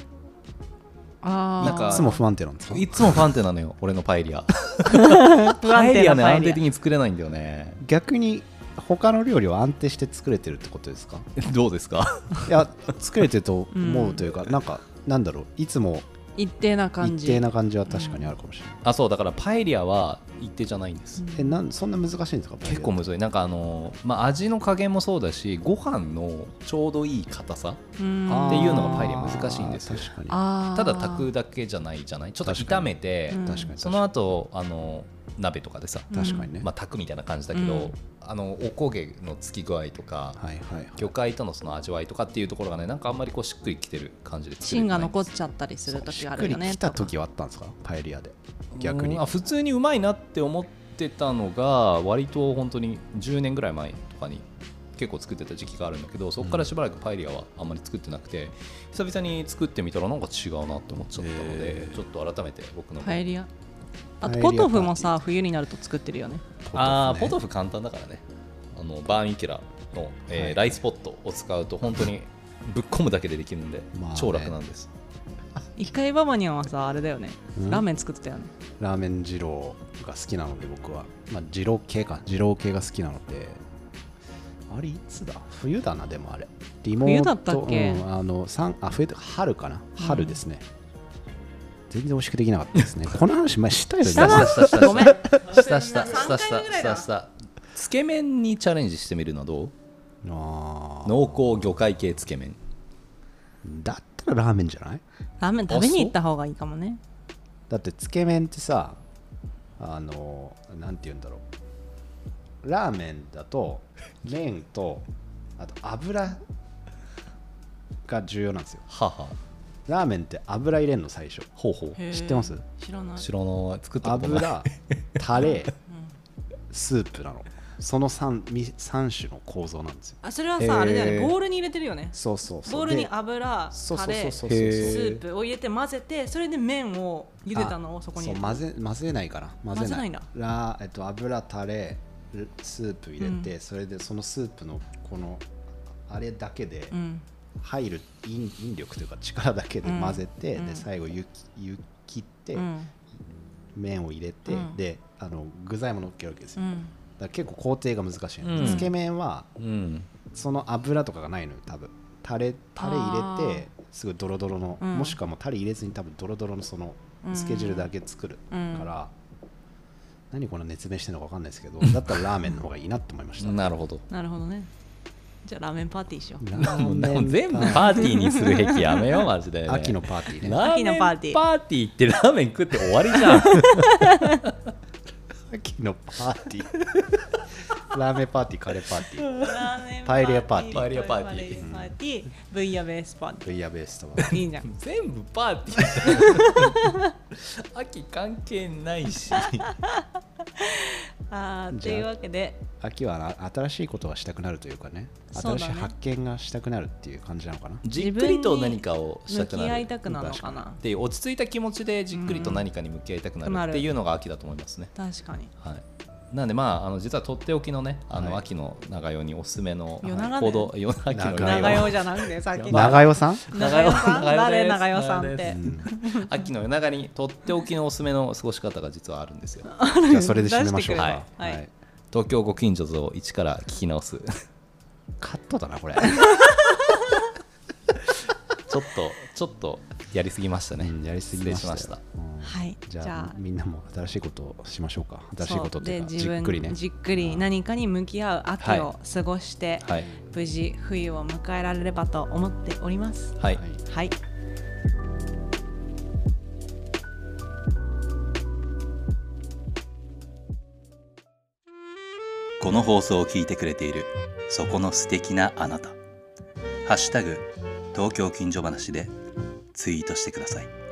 Speaker 8: あ
Speaker 2: なんか
Speaker 9: いつも不安定なんですか
Speaker 2: いつも不安定なのよ (laughs) 俺のパエリア
Speaker 8: 不安定
Speaker 2: パエリア
Speaker 8: な
Speaker 2: ね
Speaker 8: パエ
Speaker 2: 安定
Speaker 8: リ
Speaker 2: 的に作れないんだよね (laughs)
Speaker 9: 逆に他の料理は安定して作れてるってことですか
Speaker 2: どうですか
Speaker 9: いや作れてると思うというか、なんかなんだろういつも
Speaker 8: ア一定な感
Speaker 9: 一
Speaker 8: じ
Speaker 9: 定な感じは確かにあるかもしれない、
Speaker 2: あそうだからパエリアは一定じゃないんです、
Speaker 9: えなんそんな難しいんですか
Speaker 2: 結構むずいなんかあの、まあ、味の加減もそうだしご飯のちょうどいい硬さ
Speaker 8: うん
Speaker 9: あー
Speaker 2: っていうのがパエリア難しいんですよ
Speaker 9: 確か
Speaker 8: あー
Speaker 2: ただ炊くだけじゃないじゃないちょっと炒めて、
Speaker 8: 確
Speaker 9: に
Speaker 8: うん
Speaker 9: 確かに
Speaker 2: その後あの鍋とかでさ、
Speaker 9: 確かにね、
Speaker 2: まあ、炊くみたいな感じだけど、
Speaker 8: うん
Speaker 2: あのおこげのつき具合とか、
Speaker 9: はいはいはい
Speaker 2: 魚介とのその味わいとかっていうところがねなんかあんまりこうしっくりきてる感じで作れ
Speaker 8: 芯
Speaker 2: てな
Speaker 8: が
Speaker 2: い
Speaker 8: 残っちゃったりする時があるよね
Speaker 9: しっくりきた時はあったんですかパエリアで逆
Speaker 2: う
Speaker 9: に
Speaker 2: んあ普通にうまいなって思ってたのが割と本当に10年ぐらい前とかに結構作ってた時期があるんだけどそこからしばらくパエリアはあんまり作ってなくて、久々に作ってみたらなんか違うなって思っちゃったので、ちょっと改めて僕の
Speaker 8: パエリアあ
Speaker 9: パエリ
Speaker 8: と
Speaker 9: ア
Speaker 8: ポトフもさ冬になると作ってるよね
Speaker 2: あーポト
Speaker 9: フ
Speaker 2: フ簡単だからねあのバーミキュラの、えー
Speaker 9: はい
Speaker 2: ライスポットを使うと本当にぶっ込むだけでできるんで、
Speaker 9: まあね
Speaker 2: 超楽なんです
Speaker 8: 一回ババニャンはさあれだよね
Speaker 9: うん
Speaker 8: ラーメン作ってたよね
Speaker 9: ラーメン二郎が好きなので僕は、まあ、二郎系か二郎系が好きなのであれいつだ冬だなでもあれリモー
Speaker 8: 冬
Speaker 9: ト
Speaker 8: だったっけ
Speaker 9: うんあのさんあ冬とか春かな春ですね、全然美味しくできなかった
Speaker 8: (laughs)
Speaker 9: ですねこの話前したよね
Speaker 8: したな
Speaker 2: 下
Speaker 8: ごめん
Speaker 2: 下下下下下下つけ麺にチャレンジしてみるのはどう
Speaker 9: あー
Speaker 2: 濃厚魚介系つけ麺
Speaker 9: だったらラーメンじゃない
Speaker 8: ラーメン食べに行った方がいいかもね
Speaker 9: だってつけ麺ってさあのなんて言うんだろうラーメンだ (laughs) と麺とあと油が重要なんですよ
Speaker 2: はは
Speaker 9: ラーメンって油入れんの最初
Speaker 2: ほうほう
Speaker 9: 知ってます
Speaker 8: 知らない
Speaker 9: (laughs)
Speaker 2: 白の作ったことない
Speaker 9: 油タレスープなのその 3, み三種の構造なんですよ
Speaker 8: あそれはさ、
Speaker 2: えー
Speaker 8: あれだよねボウルに入れてるよね
Speaker 9: そうそうそう
Speaker 8: ボウルに
Speaker 9: で
Speaker 8: 油
Speaker 9: そう
Speaker 8: タ
Speaker 9: そう
Speaker 8: レ
Speaker 9: そう
Speaker 8: ス
Speaker 9: そうそう
Speaker 2: へー
Speaker 8: ープを入れて混ぜてそれで麺を茹でたのをそこに
Speaker 9: そう混ぜ混ぜないから混ぜな
Speaker 8: 混
Speaker 9: い
Speaker 8: ぜないんだ
Speaker 9: ラえっと、油タレルスープ入れて、
Speaker 8: う
Speaker 9: それでそのスープのこのあれだけで
Speaker 8: うん
Speaker 9: 入る引引力というか力だけで混ぜて、
Speaker 8: うんう
Speaker 9: で
Speaker 8: ん
Speaker 9: 最後湯き湯切って、
Speaker 8: うん
Speaker 9: 麺を入れて、
Speaker 8: うん
Speaker 9: であの具材も乗っけるわけです
Speaker 8: う
Speaker 9: よ、だか
Speaker 8: ん
Speaker 9: ら結構工程が難しいの、
Speaker 2: うん
Speaker 9: つけ麺は
Speaker 2: うん
Speaker 9: その油とかがないのよ多分タレタレ入れてすごいドロドロの、
Speaker 8: うん
Speaker 9: もしくはもうタレ入れずに多分ドロドロのその
Speaker 8: うん
Speaker 9: スケジュールだけ作るか
Speaker 8: うん
Speaker 9: ら、何この熱弁してるのか分かんないですけどだったらラーメンの方がいいなって思いました
Speaker 2: なるほど
Speaker 8: (laughs) なるほどねじゃあラーメンパーティーしよう
Speaker 9: ラーメン
Speaker 2: もう全部パーティーにする壁やめようマジで、
Speaker 9: 秋のパーティーね
Speaker 2: ラー
Speaker 8: 秋の
Speaker 2: メン
Speaker 8: パ
Speaker 2: パ
Speaker 8: ー
Speaker 2: ー
Speaker 8: テ
Speaker 2: テ
Speaker 8: ィ
Speaker 2: ィ
Speaker 8: ー
Speaker 2: ーってラーメン食って終わりじゃん
Speaker 9: 秋のパーティーラーメンパーティーカレーパーティー
Speaker 8: ラーメン
Speaker 9: パエリアパーティー
Speaker 2: パエリアパーティー
Speaker 8: パーティーブイヤベースパーテ
Speaker 9: ブイヤベースとは
Speaker 8: ィーいいじゃん
Speaker 2: 全部パーティーだ秋関係ないし
Speaker 8: あーというわけで
Speaker 9: 秋はな新しいことがしたくなるというかね
Speaker 8: そう
Speaker 9: 新し
Speaker 8: だ
Speaker 9: い
Speaker 8: ね
Speaker 9: 発見がしたくなるっていう感じなのかな
Speaker 2: じっくりと何かをしたく
Speaker 8: 向き
Speaker 2: な
Speaker 8: 合
Speaker 2: る
Speaker 8: いたくなるのかな
Speaker 2: っていう落ち着いた気持ちでじっくりと何かに向き合いたく
Speaker 8: うん
Speaker 2: なるっていうのが秋だと思いますね、
Speaker 8: 確かに
Speaker 2: はい、なんでまああの実はとっておきのねあの
Speaker 9: はい
Speaker 2: 秋の長代におすすめの
Speaker 8: 夜長ね
Speaker 2: 行動夜秋の
Speaker 9: 長代
Speaker 8: 長代じゃなくてさっきの
Speaker 9: 長代さん
Speaker 8: 長代さん
Speaker 2: 長代
Speaker 8: 誰
Speaker 2: です
Speaker 8: 長代さんっ
Speaker 2: 長
Speaker 8: て
Speaker 2: 代秋の夜長にとっておきのおすすめの過ごし方が実はあるんです
Speaker 9: (laughs)
Speaker 2: よ
Speaker 9: じゃあそれで締めましょ
Speaker 2: して
Speaker 8: 出く
Speaker 9: うか、
Speaker 8: れはい
Speaker 2: 東京ご近所像を一から聞き直す
Speaker 9: カットだ
Speaker 2: (laughs)
Speaker 9: なこれ、
Speaker 2: ちょっとちょっとやりすぎましたね、
Speaker 9: うんやりすぎましたよ
Speaker 2: 失礼しま
Speaker 9: うん
Speaker 8: はい
Speaker 9: じ
Speaker 8: じゃ
Speaker 9: ゃ
Speaker 8: あ
Speaker 9: あみんなも新しいことをしましょうか新しいことっていうか
Speaker 8: そうで
Speaker 9: じっくりね
Speaker 8: じっくり何かに向き合う秋を過ごして、
Speaker 2: はい
Speaker 8: 無事冬を迎えられればと思っております
Speaker 2: はい
Speaker 9: はい
Speaker 8: はい
Speaker 10: この放送を聞いてくれているそこの素敵なあなた「ハッシュタグ東京近所話」でツイートしてください